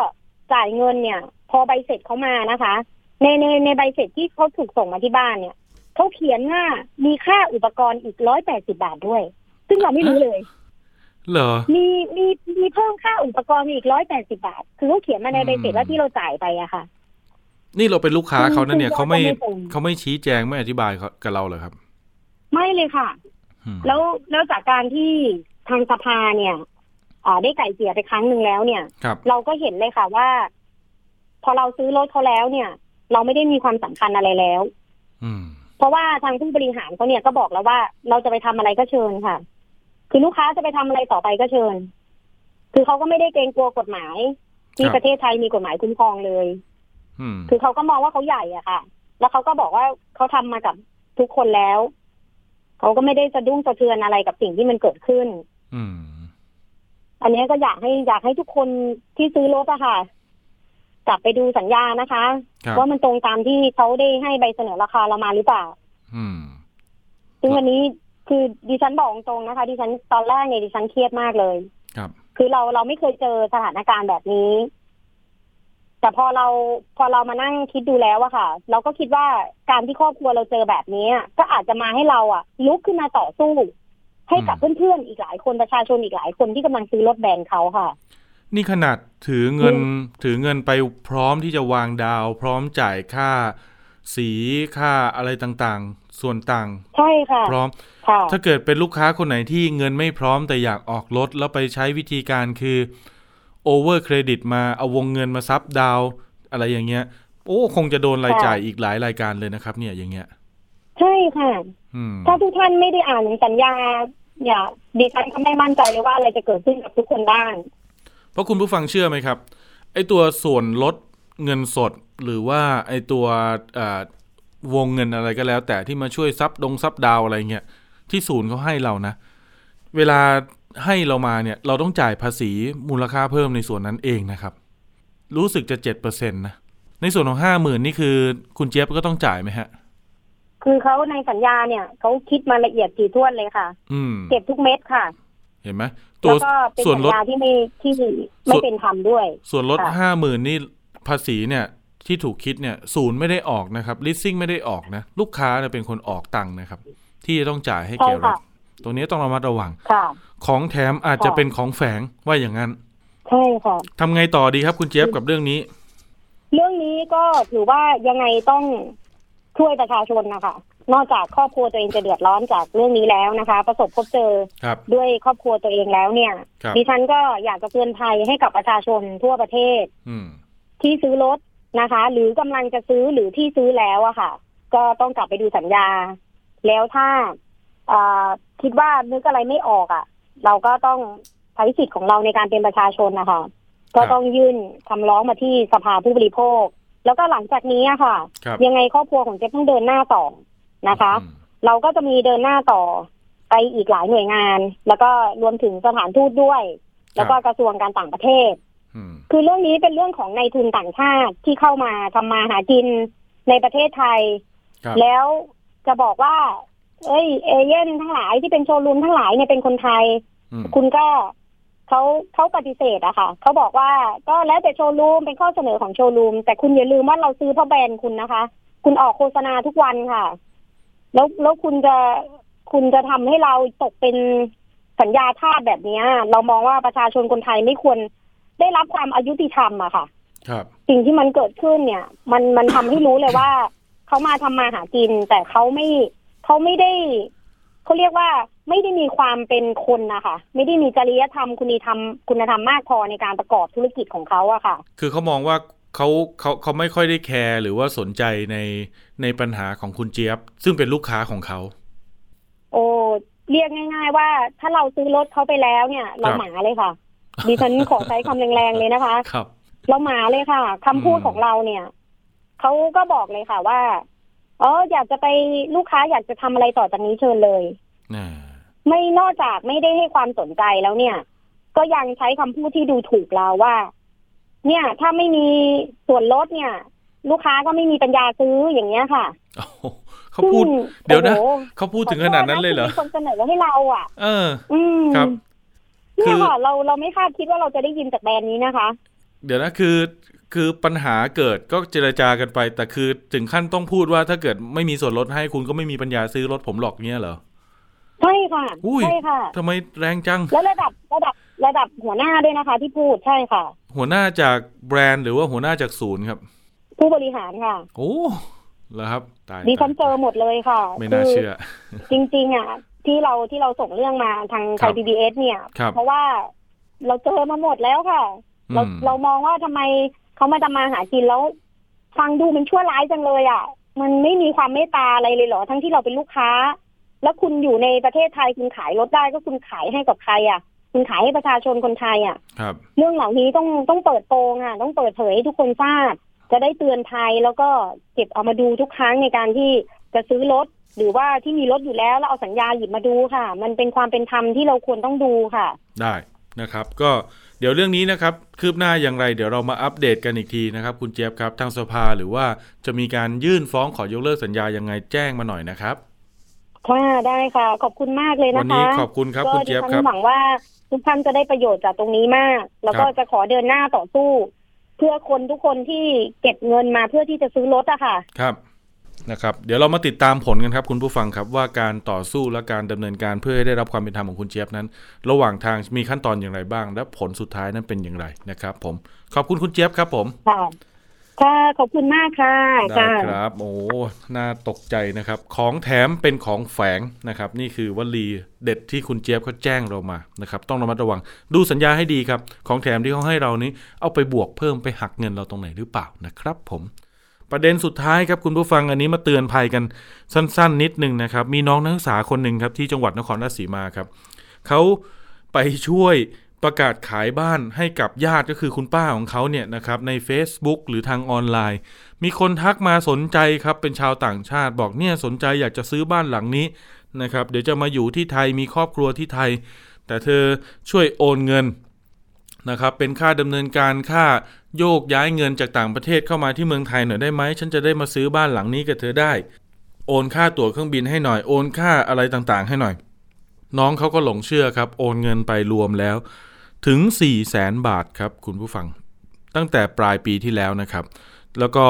จ่ายเงินเนี่ย พอใบเสร็จเขามานะคะ ในในในใบเสร็จที่เขาถูกส่งมาที่บ้านเนี่ยเขาเขียนว่ามีค่าอุปกรณ์อีกร้อยแปดสิบาทด้วย ซึ่งเราไม่รู้เลย
เหรอ
มีมีมีเพิ่มค่าอุปกรณ์อีกร้อยแปดสิบาท คือเขาเขียนมาในใบเสร็จแล้วที่เราจ่ายไปอะค่ะ
นี่เราเป็นลูกค้าเขานะเนี่ย
ซึ่ง
เขาไม่
ก็ไม่ตรง
เขาไม่ชี้แจงไม่อธิบายเขากับเราเหรอครับ
ไม่เลยค่ะ
อืม
แล้วแล้วจากการที่ทางสภาเนี่ยอ่าได้ไก่เกลี่ยไปครั้งหนึ่งแล้วเนี่ย
ครับ
เราก็เห็นเลยค่ะว่า พอเราซื้อรถเขาแล้วเนี่ย เราไม่ได้มีความสำคัญอะไรแล้ว
อืม
เพราะว่าทางผู้บริหารเขาเนี่ยก็บอกแล้วว่าเราจะไปทำอะไรก็เชิญค่ะ คือลูกค้าจะไปทำอะไรต่อไปก็เชิญ คือเขาก็ไม่ได้เกรงกลัวกฎหมาย
ค
ที่
รับ
ประเทศไทยมีกฎหมายคุ้มครองเลย
อืม
คือเขาก็มองว่าเขาใหญ่อะค่ะ แล้วเขาก็บอกว่าเขาทำมากับทุกคนแล้วเขาก็ไม่ได้สะดุ้งสะเทือนอะไรกับสิ่งที่มันเกิดขึ้น
อืม
อันนี้ก็อยากให้อยากให้ทุกคนที่ซื้อรถอะค่ะ กลับไปดูสัญญานะคะ
ครับ
ว่ามันตรงตามที่เขาได้ให้ใบเสนอราคาเรามาหรือเปล่า
อืม
ซึ่
ค
ง
รับ
วันนี้คือดิฉันบอกตรงๆนะคะดิฉันตอนแรกเนี่ยดิฉันเครียดมากเลย
ครับ
คือเราเราไม่เคยเจอสถานการณ์แบบนี้ แต่พอเราพอเรามานั่งคิดดูแล้วอะค่ะ เราก็คิดว่าการที่ครอบครัวเราเจอแบบนี้อะก็อาจจะมาให้เราอะลุกขึ้นมาต่อสู้ ให้กับ
อืม
เพื่อนๆอีกหลายคนประชาชนอีกหลายคนที่กำลังซื้อรถแบรนด์เขาค่ะ
นี่ขนาดถือเงินถือเงินไปพร้อมที่จะวางดาว พร้อมจ่ายค่า สีค่าอะไรต่างๆ ส่วนต่าง
ใช่ค่ะ
พร้อม
ค่ะ
ถ้าเกิดเป็นลูกค้าคนไหนที่เงินไม่พร้อมแต่อยากออกรถแล้วไปใช้วิธีการคือโอเวอร์เครดิตมาเอาวงเงินมาซับดาวน์อะไรอย่างเงี้ย โอ้คงจะโดนรายจ่ายอีกหลายรายการเลยนะครับ เนี่ยอย่างเงี้ย
ใช่ค่ะ
อืม
ถ้าทุกท่านไม่ได้อ่านสัญญา อย่าดิฉันก็ไม่มั่นใจเลยว่าอะไรจะเกิดขึ้นกับทุกคนบ้าง
เพราะคุณผู้ฟังเชื่อไหมครับ ไอ้ตัวส่วนลดเงินสดหรือว่าไอ้ตัวเอ่อวงเงินอะไรก็แล้ว แต่ที่มาช่วยซับดงซับดาวอะไรเงี้ยที่ศูนย์เขาให้เรานะ เวลาให้เรามาเนี่ย เราต้องจ่ายภาษีมูลค่าเพิ่มในส่วนนั้นเองนะครับ รู้สึกจะเจ็ดเปอร์เซ็นตนะในส่วนของห้าหมื่นนี่คือคุณเจี๊ยบก็ต้องจ่ายไหมฮะ
คือเขาในสัญญาเนี่ยเขาคิดมาละเอียดถี่ถ้วนเลยค่ะ
อืม
เก็บทุกเม็ดค่ะ
เห็นไหมตั
แล้ว วก็เป็น
ส่วน
สัญ
ลด
ญาที่ไม่ที่ไม่เป็นธรรมด้วย
ส่วนลด
ค่ะ
ห้าหมื่นนี่ภาษีเนี่ยที่ถูกคิดเนี่ยศูนย์ไม่ได้ออกนะครับลิสซิ่งไม่ได้ออกนะ ลูกค้าเนี่ยเป็นคนออกตังค์นะครับ ที่จะต้องจ่ายให้แก่รัฐตรงนี้ต้องระมัดระวัง
ค่ะ
ของแถมอาจจะเป็นของแฝงว่าอย่างนั้น
ใช่ค่ะ
ทำไงต่อดีครับคุณเจี๊ยบกับเรื่องนี้
เรื่องนี้ก็ถือว่ายังไงต้องช่วยประชาชนนะคะ นอกจากครอบครัวตัวเองจะเดือดร้อนจากเรื่องนี้แล้วนะคะ ประสบพบเจอ
ครับ
ด้วยครอบครัวตัวเองแล้วเนี่ย
ครับ
ดิฉันก็อยากจะเตือนภัยให้กับประชาชนทั่วประเทศ
อืม
ที่ซื้อรถนะคะ หรือกำลังจะซื้อหรือที่ซื้อแล้วอะค่ะ ก็ต้องกลับไปดูสัญญา แล้วถ้าเอ่อคิดว่านึกอะไรไม่ออกอะเราก็ต้องใช้สิทธิ์ของเราในการเป็นประชาชนนะคะก็ต้องยื่นคำร้องมาที่สภาผู้บริโภค แล้วก็หลังจากนี้อะค่ะ
ครับ
ยังไงครอบครัวของเจ๊ต้องเดินหน้าต่อนะคะ
อืม
เราก็จะมีเดินหน้าต่อไปอีกหลายหน่วยงาน แล้วก็รวมถึงสถานทูตด้วย แล้วก็กระทรวงการต่างประเทศ
อืม
คือเรื่องนี้เป็นเรื่องของนายทุนต่างชาติที่เข้ามาทำมาหากินในประเทศไทย
ครับ
แล้วจะบอกว่า เอ้ย เอเย่นทั้งหลายที่เป็นโชว์รูมทั้งหลายเนี่ยเป็นคนไทย
อืม
คุณก็เขาเขาปฏิเสธอะค่ะเขาบอกว่าก็แล้วแต่โชว์รูมเป็นข้อเสนอของโชว์รูม แต่คุณอย่าลืมว่าเราซื้อเพราะแบรนด์คุณนะคะ คุณออกโฆษณาทุกวันค่ะ แล้วแล้วคุณจะคุณจะทำให้เราตกเป็นสัญญาทาสแบบเนี้ย เรามองว่าประชาชนคนไทยไม่ควรได้รับความอายุติธรรมอะค่ะ
ครับ
สิ่งที่มันเกิดขึ้นเนี่ย มันมันทำให้รู้เลยว่า เขามาทำมาหากิน แต่เขาไม่เขาไม่ได้เขาเรียกว่าไม่ได้มีความเป็นคนนะคะไม่ได้มีจริยธรรมคุณธรรมคุณธรรมมากพอในการประกอบธุรกิจของเขาอะค่ะ
คือเขามองว่าเขาเขาเขาไม่ค่อยได้แคร์หรือว่าสนใจในในปัญหาของคุณเจี๊ยบ ซึ่งเป็นลูกค้าของเขา
โอ้เรียกง่าย ๆ ว่า ถ้าเราซื้อรถเขาไปแล้วเนี่ย เรา
ครับ
หมาเลยค่ะดิฉันขอใช้คำแรงๆเลยนะคะ
ครับ
เราหมาเลยค่ะคำพูด
อืม
ของเราเนี่ยเขาก็บอกเลยค่ะว่าเอออยากจะไปลูกค้าอยากจะทำอะไรต่อจากนี้เชิญเลย
น่า
ไม่นอกจากไม่ได้ให้ความสนใจแล้วเนี่ย ก็ยังใช้คำพูดที่ดูถูกเราว่า เนี่ย ถ้าไม่มีส่วนลดเนี่ย ลูกค้าก็ไม่มีปัญญาซื้ออย่างเงี้ยค่ะ
โอ้โหเขาพูด
ซึ่ง
เดี๋ยวนะ
โอ้โห
เขาพูดถึงขนาดนั้นเลยเหรอ
ขอโทษนะที่มีคนเสนอให้เราอ่ะ
เออ
อืม
ครับ
เนี่ย
คือ
ค่ะเราเราไม่คาดคิดว่าเราจะได้ยินจากแบรนด์นี้นะคะ
เดี๋ยวนะคือคือปัญหาเกิดก็เจรจากันไป แต่คือถึงขั้นต้องพูดว่าถ้าเกิดไม่มีส่วนลดให้คุณก็ไม่มีปัญญาซื้อรถผมหรอกเนี้ยเหรอ
ใช่ค่ะ
อุ้ย
ใช่ค่ะ
ทำไมแรงจัง
แล้วระดับระดับระดับหัวหน้าด้วยนะคะ ที่พูดใช่ค่ะ
หัวหน้าจากแบรนด์หรือว่าหัวหน้าจากศูนย์ครับ
ผู้บริหารค่ะ
โอ้เหรอครับ ตาย
ดิฉันเจ
ตา
อย หมดเลยค่ะ
ไม่น่า
คือ
เชื่อ
จริงๆอ่ะที่เราที่เราส่งเรื่องมาทาง
ค
ไท
รับ
ยพีบีเอสเนี่ย
ครับ
เพราะว่าเราเจอมาหมดแล้วค่ะ เรา
อืม
เรามองว่าทำไมเขามาทำมาหากินแล้ว ฟังดูมันชั่วร้ายจังเลยอ่ะ มันไม่มีความเมตตาอะไรเลยเหรอทั้งที่เราเป็นลูกค้า แล้วคุณอยู่ในประเทศไทยคุณขายรถได้ก็คุณขายให้กับใครอ่ะ คุณขายให้ประชาชนคนไทยอ่ะ
ครับ
เรื่องเหล่านี้ต้องต้องเปิดโปงอ่ะ ต้องเปิดเผยให้ทุกคนทราบ จะได้เตือนภัยแล้วก็เก็บเอามาดูทุกครั้งในการที่จะซื้อรถ หรือว่าที่มีรถอยู่แล้วแล้วเอาสัญญาหยิบมาดูค่ะ มันเป็นความเป็นธรรมที่เราควรต้องดูค่ะ
ได้นะครับ ก็เดี๋ยวเรื่องนี้นะครับ คืบหน้าอย่างไร เดี๋ยวเรามาอัปเดตกันอีกทีนะครับ คุณเจี๊ยบครับ ทางสภาหรือว่าจะมีการยื่นฟ้องขอยกเลิกสัญญายังไงแจ้งมาหน่อยนะครับ
ค่ะได้ค่ะ ขอบคุณมากเลย
วั
นะ
น
คะ
นี้ขอบคุณครับ
ก็
คุณ
ดิ
เจี๊ยบค
ฉั
รับ
นหวังว่าทุกท่านจะได้ประโยชน์จากตรงนี้มาก แล้ว
ค
ก็
รับ
จะขอเดินหน้าต่อสู้ เพื่อคนทุกคนที่เก็บเงินมาเพื่อที่จะซื้อรถอะค่ะ
ครับนะครับ เดี๋ยวเรามาติดตามผลกันครับ คุณผู้ฟังครับว่าการต่อสู้และการดำเนินการเพื่อให้ได้รับความเป็นธรรมของคุณเจี๊ยบนั้น ระหว่างทางมีขั้นตอนอย่างไรบ้าง และผลสุดท้ายนั้นเป็นอย่างไรนะครับ ผมขอบคุณคุณเจี๊ยบครับ ผม
ค่ะ ค่ะขอบคุณมากค่ะ
ได้
ค่ะ
ครับโอ้น่าตกใจนะครับ ของแถมเป็นของแฝงนะครับ นี่คือวลีเด็ดที่คุณเจี๊ยบเขาแจ้งเรามานะครับต้องระมัดระวังดูสัญญาให้ดีครับ ของแถมที่เขาให้เรานี้เอาไปบวกเพิ่มไปหักเงินเราตรงไหนหรือเปล่านะครับ ผม ประเด็นสุดท้ายครับคุณผู้ฟังอันนี้มาเตือนภัยกันสั้น ๆ นิดหนึงนะครับ มีน้องนักศึกษาคนหนึ่งครับที่จังหวัดนครราชสีมาครับเขาไปช่วยประกาศขายบ้านให้กับญาติก็คือคุณป้าของเขาเนี่ยนะครับใน Facebook หรือทางออนไลน์ มีคนทักมาสนใจครับเป็นชาวต่างชาติ บอกเนี่ยสนใจอยากจะซื้อบ้านหลังนี้นะครับเดี๋ยวจะมาอยู่ที่ไทยมีครอบครัวที่ไทย แต่เธอช่วยโอนเงิน นะครับเป็นค่าดำเนินการค่าโยกย้ายเงินจากต่างประเทศเข้ามาที่เมืองไทยหน่อยได้ไหมฉันจะได้มาซื้อบ้านหลังนี้กับเธอได้ โอนค่าตั๋วเครื่องบินให้หน่อยโอนค่าอะไรต่างๆ ให้หน่อย น้องเขาก็หลงเชื่อครับ โอนเงินไปรวมแล้ว ถึง 4 0 0แสนบาทครับ คุณผู้ฟัง ตั้งแต่ปลายปีที่แล้วนะครับ แล้วก็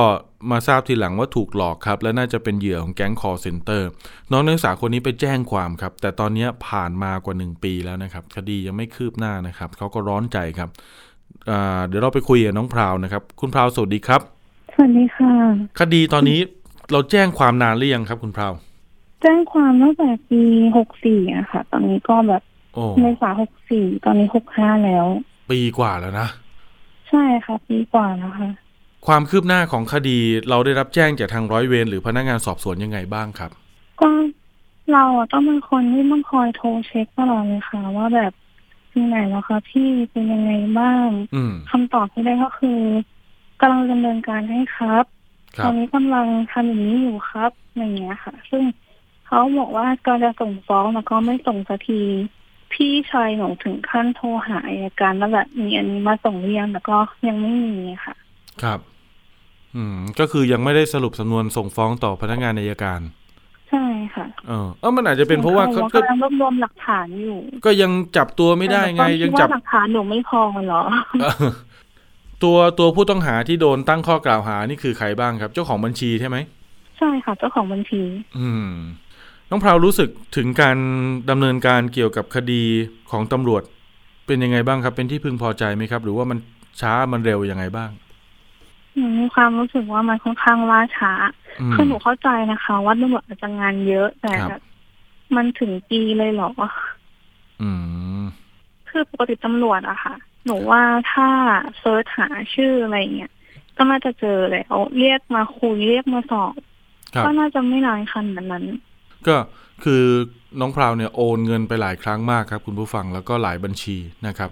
มาทราบทีหลังว่าถูกหลอกครับ และน่าจะเป็นเหยื่อของแก๊งคอร์เซ็นเตอร์ น้องนักศึกษาคนนี้ไปแจ้งความครับ แต่ตอนนี้ผ่านมากว่า 1 ปีแล้วนะครับ คดียังไม่คืบหน้านะครับ เขาก็ร้อนใจครับอ่าเดี๋ยวเราไปคุยกับน้องพราวนะครับ คุณพราวสวัสดีครับ
สวัสดีค่ะ
คดีตอนนี้เราแจ้งความนานหรือยังครับ คุณพราว
แจ้งความตั้งแต่ปีหกสี่อะค่ะ ตอนนี้ก็แบบ
โอ้
เมษาหกสี่ตอนนี้หกห้าแล้ว
ปีกว่าแล้วนะ
ใช่ค่ะปีกว่าแล้วค่ะ
ความคืบหน้าของคดีเราได้รับแจ้งจากทางร้อยเวรหรือพนักงานสอบสวนยังไงบ้างครับ
ก็เราอะต้องเป็นคนที่ต้องคอยโทรเช็คตลอดเลยค่ะ ว่าแบบที่ไหนแล้วคะพี่เป็นยังไงบ้าง
อืม
คำตอบที่ได้ก็คือกำลังดำเนินการให้ครับ
ค
ต
รั
อบ นนี้กำลังทำอย่างนี้อยู่ครับอย่างเงี้ยค่ะ ซึ่งเขาบอกว่าก็จะส่งฟ้องแล้วก็ไม่ส่งสักที พี่ชายหนูถึงขั้นโทรหาอายการแล้วแบบมีอันนี้มาส่งเรียงแล้วก็ยังไม่มีค่ะ
ครับ อืม ก็คือยังไม่ได้สรุปสำนวนส่งฟ้องต่อพนักงานอัยการ
ใช่ค่ะ
เออเออมันอาจจะเป็นเพราะว่า
เขา
เขา
บอก
ก็
กำลังรวบรวมหลักฐานอยู่
ก็ยังจับตัวไม่ได้ไง
แต่หนูก็
ยัง
คิ
จับ
ว่าหลักฐานหนูไม่พอเหรอ
เออตัวตัวผู้ต้องหาที่โดนตั้งข้อกล่าวหานี่คือใครบ้างครับ เจ้าของบัญชีใช่ไหม
ใช่ค่ะ เจ้าของบัญชี
อืม น้องพราวรู้สึกถึงการดำเนินการเกี่ยวกับคดีของตำรวจ เป็นยังไงบ้างครับ เป็นที่พึงพอใจไหมครับ หรือว่ามันช้ามันเร็วยังไงบ้าง
หนูมีความรู้สึกว่ามันค่อนข้างล่าช้า
อืม
คือหนูเข้าใจนะคะ ว่าตำรวจอาจจะงานเยอะแต่
ครับ
แบบมันถึงปีเลยเหรอ
อืม
คือปกติตำรวจอะค่ะ หนูว่าถ้าเซิร์ชหาชื่ออะไรเงี้ยก็น่าจะเจอแล้วเรียกมาคุยเรียกมาสอบ
ครับ
ก็น่าจะไม่นานขนาดนั้น
ก็คือน้องพราวเนี่ยโอนเงินไปหลายครั้งมากครับ คุณผู้ฟังแล้วก็หลายบัญชีนะครับ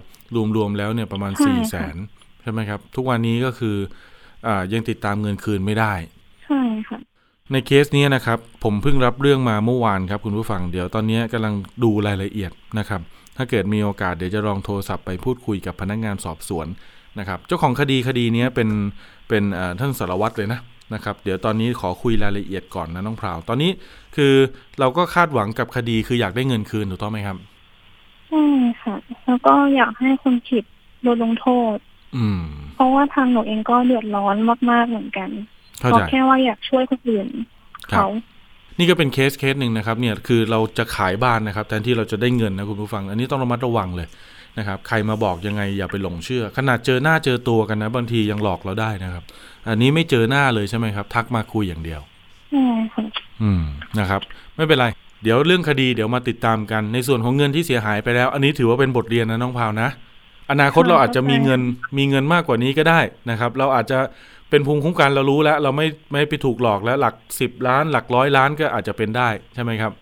รวมๆแล้วเนี่ยประมาณ
ใช่
สี่แส
ค่ะ
นใช่ไหมครับ ทุกวันนี้ก็คืออ่ายังติดตามเงินคืนไม่ได้
ใช่ค่ะ
ในเคสนี้นะครับผมเพิ่งรับเรื่องมาเมื่อวานครับคุณผู้ฟังเดี๋ยวตอนนี้กำลังดูรายละเอียดนะครับ ถ้าเกิดมีโอกาสเดี๋ยวจะลองโทรศัพท์ไปพูดคุยกับพนักงานสอบสวนนะครับ เจ้าของคดีคดีเนี้ยเป็นเป็นเอ่อท่านสารวัตรเลยนะนะครับ เดี๋ยวตอนนี้ขอคุยรายละเอียดก่อนนะน้องพราว ตอนนี้คือเราก็คาดหวังกับคดีคืออยากได้เงินคืนถูกต้องไหมครับ
ใช่ค่ะ แล้วก็อยากให้คนผิดโดนลงโทษ
อืม
เพราะว่าทางหนูเองก็เดือดร้อนมากๆเหมือนกัน
เข้า
เพราะ
ใจ
แค่ว่าอยากช่วยคนอื่น
ครับ
เขา
นี่ก็เป็นเคสเคสหนึ่งนะครับเนี่ยคือเราจะขายบ้านนะครับแทนที่เราจะได้เงินนะคุณผู้ฟัง อันนี้ต้องระมัดระวังเลยนะครับใครมาบอกยังไงอย่าไปหลงเชื่อ ขนาดเจอหน้าเจอตัวกันนะบางทียังหลอกเราได้นะครับ อันนี้ไม่เจอหน้าเลยใช่ไหมครับ ทักมาคุยอย่างเดียว
ใช่ค่ะ
อืมนะครับ ไม่เป็นไร เดี๋ยวเรื่องคดีเดี๋ยวมาติดตามกันในส่วนของเงินที่เสียหายไปแล้ว อันนี้ถือว่าเป็นบทเรียนนะน้องพาวนะ อนาคต
ค่ะ
เราอาจจะมี
เข้าใจ
เงินมีเงินมากกว่านี้ก็ได้นะครับ เราอาจจะเป็นภูมิคุ้มกันเรารู้แล้ว เราไม่ไม่ไปถูกหลอกแล้วหลักสิบล้าน หลักร้อยล้านก็อาจจะเป็นได้ใช่ไหมครับ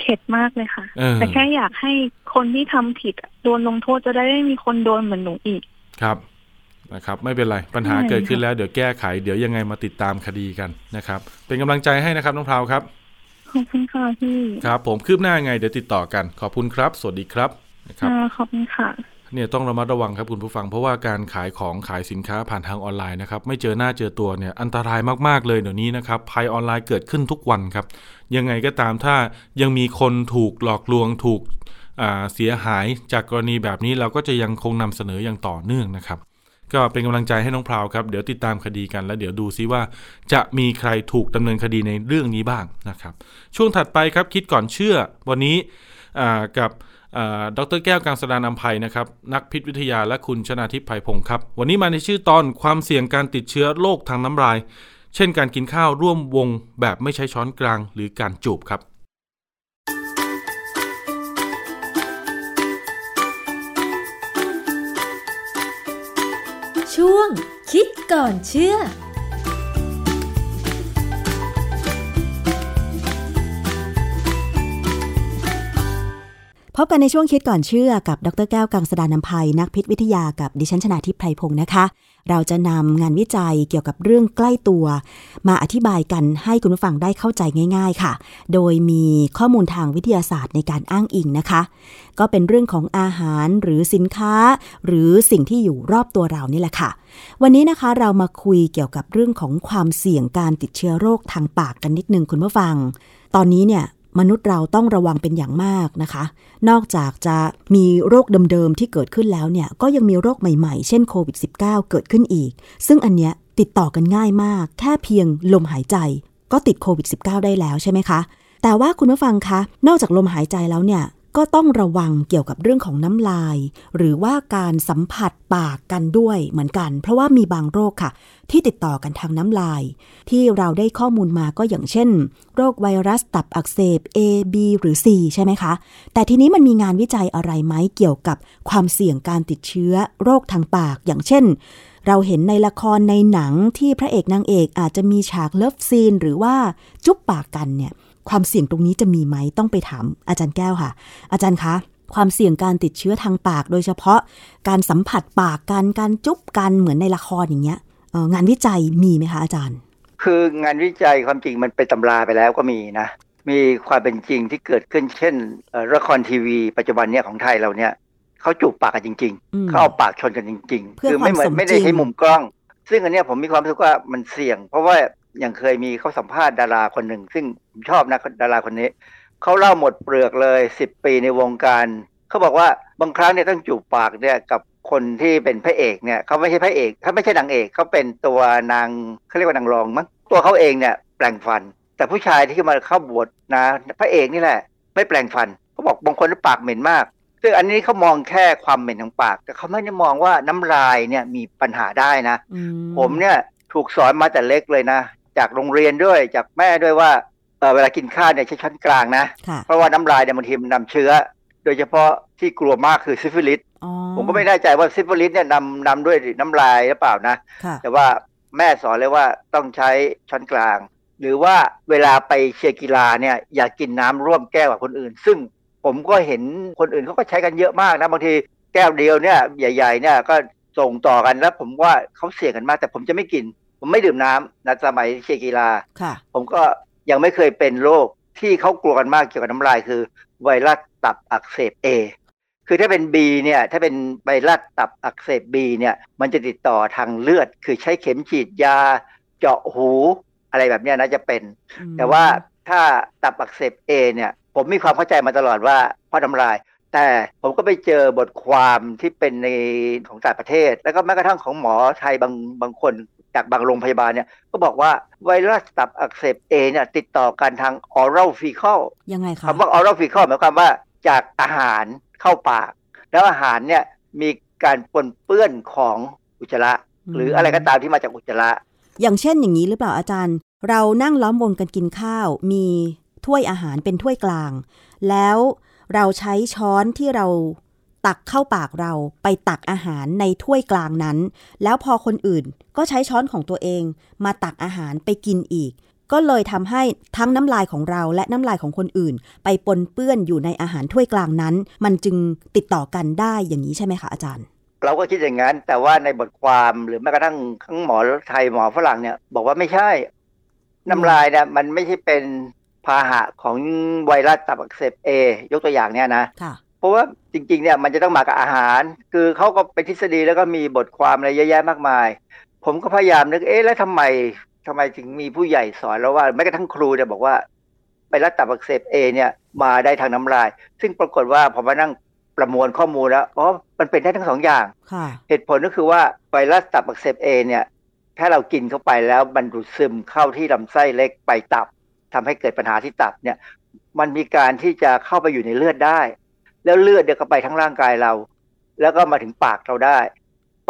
เข็ดมากเลยค่ะ
เออ
แต่แค่อยากให้คนที่ทำผิดอะโดนลงโทษจะได้ไม่มีคนโดนเหมือนหนูอีก
ครับนะครับ ไม่เป็นไรปัญหา
ใช่
เกิดขึ้นแล้วเดี๋ยวแก้ไข เดี๋ยวยังไงมาติดตามคดีกันนะครับ เป็นกำลังใจให้นะครับน้องพราวครับ
ขอบคุณค่ะพี่
ครับ ผมคืบหน้ายังไงเดี๋ยวติดต่อกัน ขอบคุณครับ สวัสดีครับนะครับ
อ่าขอบคุณค่ะ
เนี่ยต้องระมัดระวังครับคุณผู้ฟังเพราะว่าการขายของขายสินค้าผ่านทางออนไลน์นะครับไม่เจอหน้าเจอตัวเนี่ยอันตรายมากๆเลยเดี๋ยวนี้นะครับภัยออนไลน์เกิดขึ้นทุกวันครับ ยังไงก็ตามถ้ายังมีคนถูกหลอกลวงถูกอ่าเสียหายจากกรณีแบบนี้เราก็จะยังคงนำเสนออย่างต่อเนื่องนะครับ ก็เป็นกำลังใจให้น้องพราวครับเดี๋ยวติดตามคดีกันแล้วเดี๋ยวดูซิว่า จะมีใครถูกดำเนินคดีในเรื่องนี้บ้างนะครับ ช่วงถัดไปครับคิดก่อนเชื่อวันนี้อ่ากับอ่าดรแก้วกังสดานนำภัยนะครับ นักพิษวิทยาและคุณชนาทิพย์ภัยพงศ์ครับ วันนี้มาในชื่อตอนความเสี่ยงการติดเชื้อโรคทางน้ำลาย เช่นการกินข้าวร่วมวงแบบไม่ใช้ช้อนกลางหรือการจูบครับ
ช่วงคิดก่อนเชื่อ
พบกันในช่วงคิดก่อนเชื่อกับดรแก้วกังสดานนภัยนักพิษวิทยากับดิฉันชนาทิพย์ไพรพงศ์นะคะ เราจะนำงานวิจัยเกี่ยวกับเรื่องใกล้ตัว มาอธิบายกันให้คุณผู้ฟังได้เข้าใจง่าย ๆ ค่ะ โดยมีข้อมูลทางวิทยาศาสตร์ในการอ้างอิงนะคะ ก็เป็นเรื่องของอาหารหรือสินค้า หรือสิ่งที่อยู่รอบตัวเรานี่แหละค่ะ วันนี้นะคะเรามาคุยเกี่ยวกับเรื่องของความเสี่ยงการติดเชื้อโรคทางปากกันนิดนึงคุณผู้ฟัง ตอนนี้เนี่ย มนุษย์เราต้องระวังเป็นอย่างมากนะคะ นอกจากจะมีโรคเดิมๆที่เกิดขึ้นแล้วเนี่ย ก็ยังมีโรคใหม่ๆ เช่นโควิด -19 เกิดขึ้นอีก ซึ่งอันเนี้ยติดต่อกันง่ายมาก แค่เพียงลมหายใจ ก็ติดโควิด -19 ได้แล้วใช่ไหมคะ แต่ว่าคุณผู้ฟังคะ นอกจากลมหายใจแล้วเนี่ย ก็ต้องระวังเกี่ยวกับเรื่องของน้ำลาย หรือว่าการสัมผัสปากกันด้วยเหมือนกัน เพราะว่ามีบางโรคค่ะ ที่ติดต่อกันทางน้ำลาย ที่เราได้ข้อมูลมาก็อย่างเช่น โรคไวรัสตับอักเสบ A B หรือ C ใช่ไหมคะ แต่ทีนี้มันมีงานวิจัยอะไรไหมเกี่ยวกับความเสี่ยงการติดเชื้อโรคทางปากอย่างเช่น เราเห็นในละครในหนังที่พระเอกนางเอกอาจจะมีฉากเลิฟซีน หรือว่าจุ๊บปากกันเนี่ย ความเสี่ยงตรงนี้จะมีไหมต้องไปถามอาจารย์แก้วค่ะ อาจารย์คะ ความเสี่ยงการติดเชื้อทางปาก โดยเฉพาะ การสัมผัสปากกันการจุ๊บกันเหมือนในละครอย่างเงี้ยเอ่องานวิจัยมีไหมคะอาจารย์
คืองานวิจัยความจริงมันเป็นตำราไปแล้วก็มีนะ มีความเป็นจริงที่เกิดขึ้นเช่นเอ่อละครทีวี ปัจจุบันเนี่ยของไทยเราเนี่ยเขาจูบปากกันจริง
อืม
ๆเขาเอาปากชนกันจริง
เพื่อ
คืไม่เห
ค
มื
วามสม
ไม่ได้
จริง
ใช้มุมกล้อง ซึ่งอันเนี้ยผมมีความรู้สึกว่ามันเสี่ยง เพราะว่าอย่างเคยมีเขาสัมภาษณ์ดาราคนหนึ่ง ซึ่งผมชอบนะดาราคนนี้เขาเล่าหมดเปลือกเลยสิบปีในวงการเขาบอกว่าบางครั้งเนี่ยต้องจูบปากเนี่ยกับคนที่เป็นพระเอกเนี่ยเขาไม่ใช่พระเอกเขาไม่ใช่นางเอกเขาเป็นตัวนางเขาเรียกว่านางรองมั้งตัวเขาเองเนี่ยแปลงฟัน แต่ผู้ชายที่มาเข้าบวชนะพระเอกนี่แหละ ไม่แปลงฟันเขาบอกบางคนปากเหม็นมาก ซึ่งอันนี้เขามองแค่ความเหม็นของปาก แต่เขาไม่ได้มองว่าน้ำลายเนี่ยมีปัญหาได้นะ
อื
ผมเนี่ยถูกสอนมาแต่เล็กเลยนะ จากโรงเรียนด้วยจากแม่ด้วยว่าเอ่อเวลากินข้าวเนี่ยใช้ช้อนกลางนะ
ค่ะ
เพราะว่าน้ำลายเนี่ยบางทีมันนำเชื้อ โดยเฉพาะที่กลัวมากคือซิฟิลิส
อ๋อ
ผมก็ไม่แน่ใจว่าซิฟิลิสเนี่ยนำนำด้วยน้ำลายหรือเปล่านะ
ค่ะ
แต่ว่าแม่สอนเลยว่าต้องใช้ช้อนกลาง หรือว่าเวลาไปเชียร์กีฬาเนี่ยอย่ากกินน้ำร่วมแก้วกับคนอื่น ซึ่งผมก็เห็นคนอื่นเขาก็ใช้กันเยอะมากนะบางทีแก้วเดียวเนี่ยใหญ่ๆเนี่ยก็ส่งต่อกันแล้ว ผมว่าเขาเสี่ยงกันมาก แต่ผมจะไม่กิน ผมไม่ดื่มน้ำนะสมัยเชียร์กีฬา
ค่ะ
ผมก็ยังไม่เคยเป็นโรคที่เขากลัวกันมากเกี่ยวกับน้ำลายคือไวรัสตับอักเสบ A คือถ้าเป็น B เนี่ยถ้าเป็นไวรัสตับอักเสบ B เนี่ยมันจะติดต่อทางเลือด คือใช้เข็มฉีดยา เจาะหูอะไรแบบเนี้ยนะจะเป็น แต่ว่าถ้าตับอักเสบ A เนี่ยผมมีความเข้าใจมาตลอดว่าเพราะน้ำลาย แต่ผมก็ไปเจอบทความที่เป็นในของต่างประเทศ แล้วก็แม้กระทั่งของหมอไทยบางบางคนจากบางโรงพยาบาลเนี่ยก็บอกว่าไวรัสตับอักเสบ A เนี่ยติดต่อกันทาง oral fecal
ยังไงคะ
คำว่า oral fecal หมายความว่าจากอาหารเข้าปาก แล้วอาหารเนี่ยมีการปนเปื้อนของอุจจาระ
อืม
หรืออะไรก็ตามที่มาจากอุจจาระ
อย่างเช่นอย่างนี้หรือเปล่าอาจารย์ เรานั่งล้อมวงกันกินข้าว มีถ้วยอาหารเป็นถ้วยกลาง แล้วเราใช้ช้อนที่เราตักเข้าปากเราไปตักอาหารในถ้วยกลางนั้น แล้วพอคนอื่นก็ใช้ช้อนของตัวเอง มาตักอาหารไปกินอีก ก็เลยทำให้ทั้งน้ำลายของเราและน้ำลายของคนอื่น ไปปนเปื้อนอยู่ในอาหารถ้วยกลางนั้น มันจึงติดต่อกันได้อย่างนี้ใช่ไหมคะอาจารย์
เราก็คิดอย่างนั้น แต่ว่าในบทความหรือแม้กระทั่งทั้งหมอไทยหมอฝรั่งเนี่ย บอกว่าไม่ใช่ น้ำลายเนี่ยมันไม่ใช่เป็นพาหะของไวรัสตับอักเสบเอยกตัวอย่างเนี่ยนะ
ค่ะ
เพราะว่าจริงๆเนี่ยมันจะต้องมากับอาหาร คือเขาก็เป็นทฤษฎีแล้วก็มีบทความอะไรเยอะแยะมากมาย ผมก็พยายามนึกเอ๊ะแล้วทำไมทำไมถึงมีผู้ใหญ่สอนแล้วว่าแม้กระทั่งครูเนี่ยบอกว่าไปรักตับอักเสบเอเนี่ยมาได้ทางน้ำลาย ซึ่งปรากฏว่าผมมานั่งประมวลข้อมูลแล้วอ๋อมันเป็นได้ทั้งสองอย่าง
ค่ะ
เหตุผลก็คือว่าไวรัสตับอักเสบเอเนี่ย ถ้าเรากินเข้าไปแล้วมันดูดซึมเข้าที่ลำไส้เล็กไปตับทำให้เกิดปัญหาที่ตับเนี่ย มันมีการที่จะเข้าไปอยู่ในเลือดได้ แล้วเลือดเดี๋ยวก็ไปทั้งร่างกายเรา แล้วก็มาถึงปากเราได้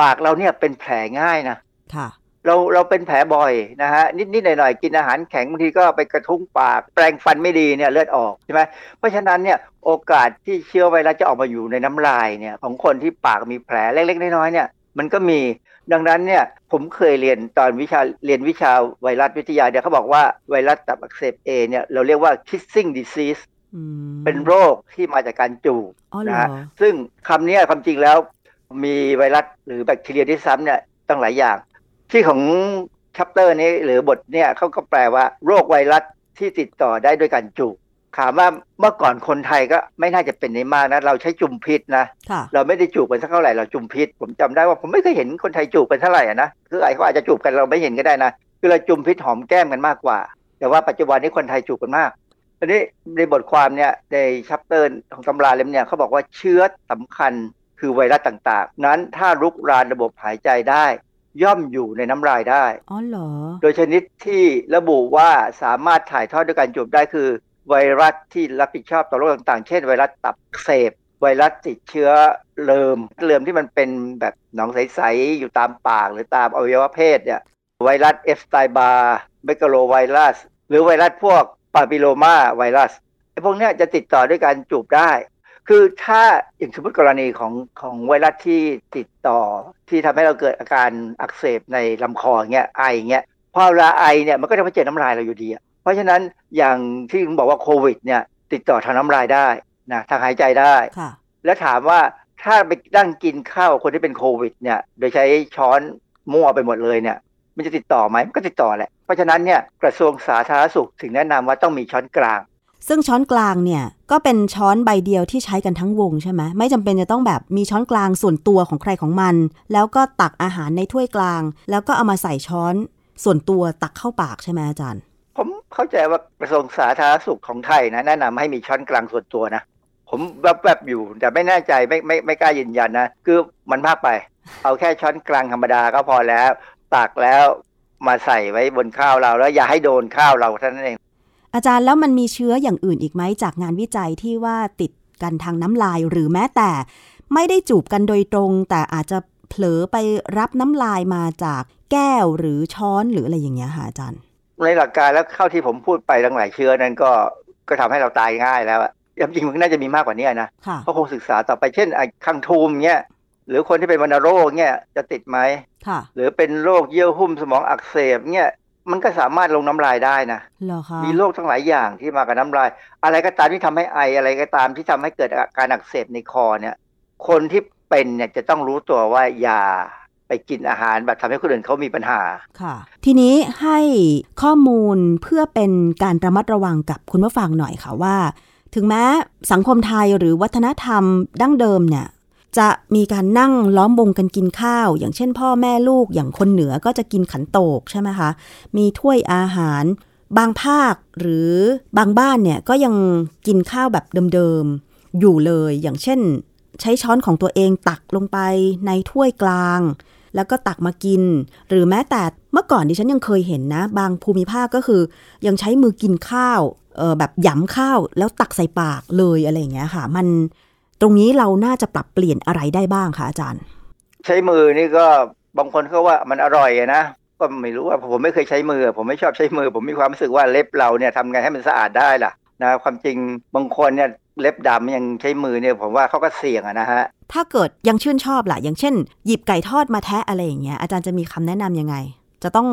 ปากเราเนี่ยเป็นแผลง่ายนะ
ค่ะ
เราเราเป็นแผลบ่อยนะฮะนิดๆหน่อยๆกินอาหารแข็งบางทีก็ไปกระทุ้งปาก แปรงฟันไม่ดีเนี่ยเลือดออกใช่ไหมเพราะฉะนั้นเนี่ยโอกาสที่เชื้อไวรัสจะออกมาอยู่ในน้ำลายเนี่ยของคนที่ปากมีแผลเล็กๆน้อยๆเนี่ยมันก็มีดังนั้นเนี่ยผมเคยเรียนตอนวิชาเรียนวิชาไวรัสวิทยาเนี่ยเขาบอกว่าไวรัสตับอักเสบ A เนี่ยเราเรียกว่า kissing disease
อืม
เป็นโรคที่มาจากการจูบ
อ๋อเหร
นะฮะ
อ
ซึ่งคำเนี้ยความจริงแล้วมีไวรัสหรือแบคทีเรียที่ซ้ำเนี่ยตั้งหลายอย่าง ที่ของชัปเตอร์นี้หรือบทเนี่ยเขาก็แปลว่าโรคไวรัสที่ติดต่อได้ด้วยการจูบถามว่าเมื่อก่อนคนไทยก็ไม่น่าจะเป็นนี้มากนะ เราใช้จุ่มพิษนะ
ค่ะ
เราไม่ได้จูบกันสักเท่าไหร่เราจุ่มพิษ ผมจำได้ว่าผมไม่เคยเห็นคนไทยจูบกันเท่าไหร่อะนะคือไอ้เขาอาจจะจูบกันเราไม่เห็นก็ได้นะคือเราจุ่มพิษหอมแก้มกันมากกว่า แต่ว่าปัจจุบันนี้คนไทยจูบกันมาก ทีนี้ในบทความเนี่ยในชัปเตอร์ของตำราเล่มเนี่ยเขาบอกว่าเชื้อสำคัญคือไวรัสต่างๆ นั้นถ้ารุกรานระบบหายใจได้ ย่อมอยู่ในน้ำลายได้
อ๋อเหรอ
โดยชนิดที่ระบุว่าสามารถถ่ายทอดด้วยการจูบได้คือ ไวรัสที่รับผิดชอบต่อโรคต่างๆ เช่น ไวรัสตับอักเสบไวรัสติดเชื้อเลิมเลิมที่มันเป็นแบบหนองใส ๆ อยู่ตามปากหรือตามอวัยวะเพศเนี่ยไวรัสเอฟไตบาเบกโลไวรัส หรือไวรัสพวกปาปิโลมาไวรัสไอ้พวกเนี้ยจะติดต่อด้วยการจูบได้ คือถ้าอย่างสมมติกรณีของของไวรัสที่ติดต่อที่ทำให้เราเกิดอาการอักเสบในลำคอเงี้ยไอเงี้ยพอเวลาไอเนี่ยมันก็จะมาเจอน้ำลายเราอยู่ดีอะเพราะฉะนั้นอย่างที่คุณบอกว่าโควิดเนี่ยติดต่อทางน้ำลายได้นะทางหายใจได้
ค่ะ
แล้วถามว่าถ้าไปนั่งกินข้าวคนที่เป็นโควิดเนี่ยโดยใช้ช้อนมั่วไปหมดเลยเนี่ย มันจะติดต่อไหมมันก็ติดต่อแหละเพราะฉะนั้นเนี่ยกระทรวงสาธารณสุขถึงแนะนำว่าต้องมีช้อนกลาง
ซึ่งช้อนกลางเนี่ย ก็เป็นช้อนใบเดียวที่ใช้กันทั้งวงใช่ไหมไม่จำเป็นจะต้องแบบมีช้อนกลางส่วนตัวของใครของมัน แล้วก็ตักอาหารในถ้วยกลาง แล้วก็เอามาใส่ช้อนส่วนตัวตักเข้าปากใช่ไหมอาจารย์
ผมเข้าใจว่ากระทรวงสาธารณสุขของไทยนะแนะนำให้มีช้อนกลางส่วนตัวนะ ผมแวบๆอยู่ แต่ไม่แน่ใจไม่ไม่ไม่กล้ายืนยันนะ คือมันมากไป เอาแค่ช้อนกลางธรรมดาก็พอแล้วตักแล้วมาใส่ไว้บนข้าวเราแล้วอย่าให้โดนข้าวเราเท่านั้นเอง
อาจารย์แล้วมันมีเชื้ออย่างอื่นอีกไหมจากงานวิจัยที่ว่าติดกันทางน้ำลายหรือแม้แต่ ไม่ได้จูบกันโดยตรง แต่อาจจะเผลอไปรับน้ำลายมาจากแก้วหรือช้อนหรืออะไรอย่างเงี้ยค่ะอาจารย์
ในหลักการแล้วเข้าที่ผมพูดไปทั้งหลายเชื้อนั้นก็ก็ทำให้เราตายง่ายแล้วอะจริงๆมันน่าจะมีมากกว่านี้นะ
ค่ะ
ก็คงศึกษาต่อไปเช่นไอ้คังทูมเงี้ยหรือคนที่เป็นวัณโรคเงี้ยจะติดไหม
ค่ะ
หรือเป็นโรคเยื่อหุ้มสมองอักเสบเนี่ยมันก็สามารถลงน้ำลายได้นะ
เหรอคะ
มีโรคทั้งหลายอย่างที่มากับน้ำลาย อะไรก็ตามที่ทำให้ไออะไรก็ตามที่ทำให้เกิดอาการอักเสบในคอเนี่ย คนที่เป็นเนี่ยจะต้องรู้ตัวว่าอย่าไปกินอาหารแบบทำให้คนอื่นเขามีปัญหา
ค่ะ ทีนี้ให้ข้อมูลเพื่อเป็นการระมัดระวังกับคุณผู้ฟังหน่อยค่ะว่า ถึงแม้สังคมไทยหรือวัฒนธรรมดั้งเดิมเนี่ย จะมีการนั่งล้อมวงกันกินข้าว อย่างเช่นพ่อแม่ลูกอย่างคนเหนือก็จะกินขันโตกใช่ไหมคะ มีถ้วยอาหาร บางภาคหรือบางบ้านเนี่ยก็ยังกินข้าวแบบเดิมๆ อยู่เลยอย่างเช่น ใช้ช้อนของตัวเองตักลงไปในถ้วยกลาง แล้วก็ตักมากิน หรือแม้แต่เมื่อก่อนดิฉันยังเคยเห็นนะ บางภูมิภาคก็คือ ยังใช้มือกินข้าวเออแบบหยำข้าวแล้วตักใส่ปากเลยอะไรอย่างเงี้ยค่ะ มันตรงนี้เราน่าจะปรับเปลี่ยนอะไรได้บ้างคะอาจารย์
ใช้มือนี่ก็บางคนเขาว่ามันอร่อยอะนะก็ไม่รู้ว่าผมไม่เคยใช้มือ ผมไม่ชอบใช้มือ ผมมีความรู้สึกว่าเล็บเราเนี่ยทำไงให้มันสะอาดได้ล่ะนะความจริงบางคนเนี่ยเล็บดำยังใช้มือเนี่ยผมว่าเขาก็เสี่ยงอะนะฮะ
ถ้าเกิดยังชื่นชอบล่ะ อย่างเช่น หยิบไก่ทอดมาแทะอะไรอย่างเงี้ยอาจารย์จะมีคำแนะนำยังไง จะต้อง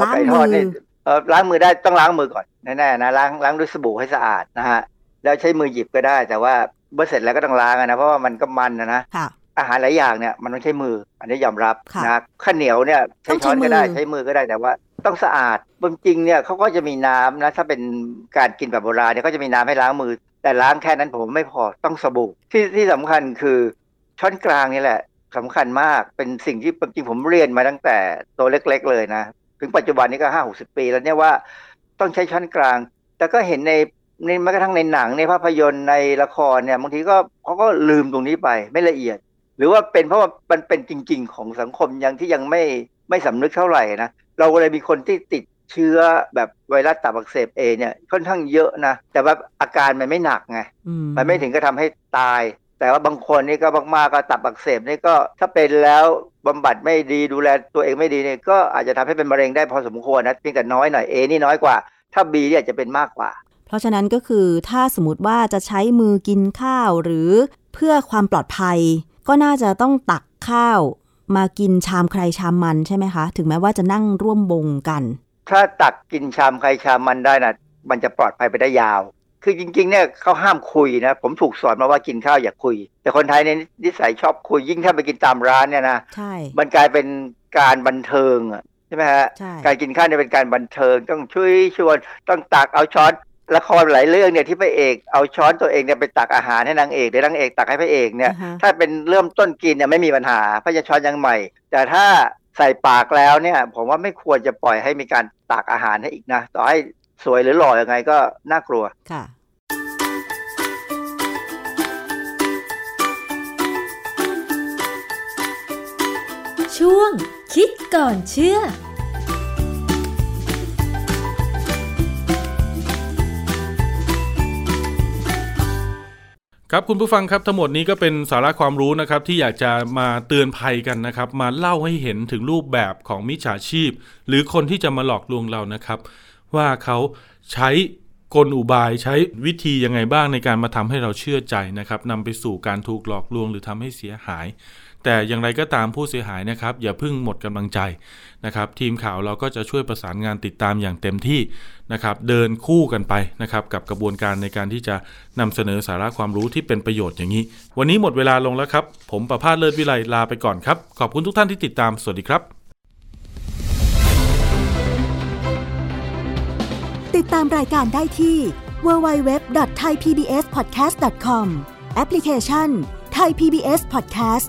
ล้าง
เอไก่ท
มือ
อดเนี่ยเอ่อล้างมือได้ต้องล้างมือก่อนแน่ๆนะล้างล้างด้วยสบู่ให้สะอาดนะฮะแล้วใช้มือหยิบก็ได้ แต่ว่าเมื่อเสร็จแล้วก็ต้องล้างอะนะเพราะว่ามันก็มันนะนะ
ค่ะ
อาหารหลายอย่างเนี่ยมันต้องใช้มือ อันนี้ยอมรับ
ค่ะ
นะข้าวเหนียวเนี่ยใช้ช้อนก็ได้
ต้องใช้มือ
ใช้มือก็ได้แต่ว่าต้องสะอาดบางจริงเนี่ยเขาก็จะมีน้ำนะถ้าเป็นการกินแบบโบราณเนี่ยก็จะมีน้ำให้ล้างมือ แต่ล้างแค่นั้นผมว่าไม่พอต้องสบู่ที่ที่สำคัญคือ ช้อนกลางนี่แหละสำคัญมากเป็นสิ่งที่จริงผมเรียนมาตั้งแต่ตัวเล็ก ๆ เลยนะ ถึงปัจจุบันนี้ก็ห้าหกสิบปีแล้วเนี่ยว่าต้องใช้ช้อนกลาง แต่ก็เห็นในในแม้กระทั่งในหนังในภาพยนตร์ในละครเนี่ยบางทีก็เขาก็ลืมตรงนี้ไปไม่ละเอียด หรือว่าเป็นเพราะว่ามันเป็นจริง ๆ ของสังคมยังที่ยังไม่ไม่สำนึกเท่าไหร่นะเราก็เลยมีคนที่ติดเชื้อแบบไวรัสตับอักเสบเอเนี่ยค่อนข้างเยอะนะแต่ว่าอาการมันไม่หนักไง
อื
มันไม่ถึงก็ทำให้ตาย แต่ว่าบางคนนี่ก็มากๆก็ตับอักเสบนี่ก็ถ้าเป็นแล้วบำบัดไม่ดีดูแลตัวเองไม่ดีเนี่ยก็อาจจะทำให้เป็นมะเร็งได้พอสมควรนะเพียงแต่น้อยหน่อยเอนี่น้อยกว่า ถ้าบีเนี่ยอาจจะเป็นมากกว่า
เพราะฉะนั้นก็คือถ้าสมมติว่าจะใช้มือกินข้าวหรือเพื่อความปลอดภัย ก็น่าจะต้องตักข้าว มากินชามใครชามมันใช่ไหมคะ ถึงแม้ว่าจะนั่งร่วมวงกัน
ถ้าตักกินชามใครชามมันได้นะมันจะปลอดภัยไปได้ยาว คือจริงๆเนี่ยเขาห้ามคุยนะ ผมถูกสอนมาว่ากินข้าวอย่าคุย แต่คนไทยเนี่ยนิสัยชอบคุยยิ่งถ้าไปกินตามร้านเนี่ยนะ
ใช่
มันกลายเป็นการบันเทิงอะใช่ไหมฮะ
ใช่
การกินข้าวเนี่ยเป็นการบันเทิงต้องช่วยชวนต้องตักเอาช้อนละครหลายเรื่องเนี่ยที่พระเอกเอาช้อนตัวเองเนี่ยไปตักอาหารให้นางเอกหรือนางเอกตักให้พระเอกเนี่ย
อ่าฮะ
ถ้าเป็นเริ่มต้นกินเนี่ยไม่มีปัญหาเพราะจะช้อนยังใหม่ แต่ถ้าใส่ปากแล้วเนี่ยผมว่าไม่ควรจะปล่อยให้มีการตักอาหารให้อีกนะ ต่อให้ สวยหรือหล่ออยังไงก็น่ากลัว
ค่ะ
ช่วงคิดก่อนเชื่อ
ครับคุณผู้ฟังครับทั้งหมดนี้ก็เป็นสาระความรู้นะครับที่อยากจะมาเตือนภัยกันนะครับ มาเล่าให้เห็นถึงรูปแบบของมิจฉาชีพ หรือคนที่จะมาหลอกลวงเรานะครับ ว่าเขาใช้กลอุบายใช้วิธียังไงบ้างในการมาทำให้เราเชื่อใจนะครับนำไปสู่การถูกหลอกลวงหรือทำให้เสียหาย แต่อย่างไรก็ตามผู้เสียหายนะครับ อย่าเพิ่งหมดกำลังใจนะครับ ทีมข่าวเราก็จะช่วยประสานงานติดตามอย่างเต็มที่นะครับ เดินคู่กันไปนะครับ กับกระบวนการในการที่จะนำเสนอสาระความรู้ที่เป็นประโยชน์อย่างนี้ วันนี้หมดเวลาลงแล้วครับ ผมประภาสเลิศวิไลลาไปก่อนครับ ขอบคุณทุกท่านที่ติดตามสวัสดีครับ
ติดตามรายการได้ที่ www.thaipbspodcast.com แอปพลิเคชัน Thai PBS Podcast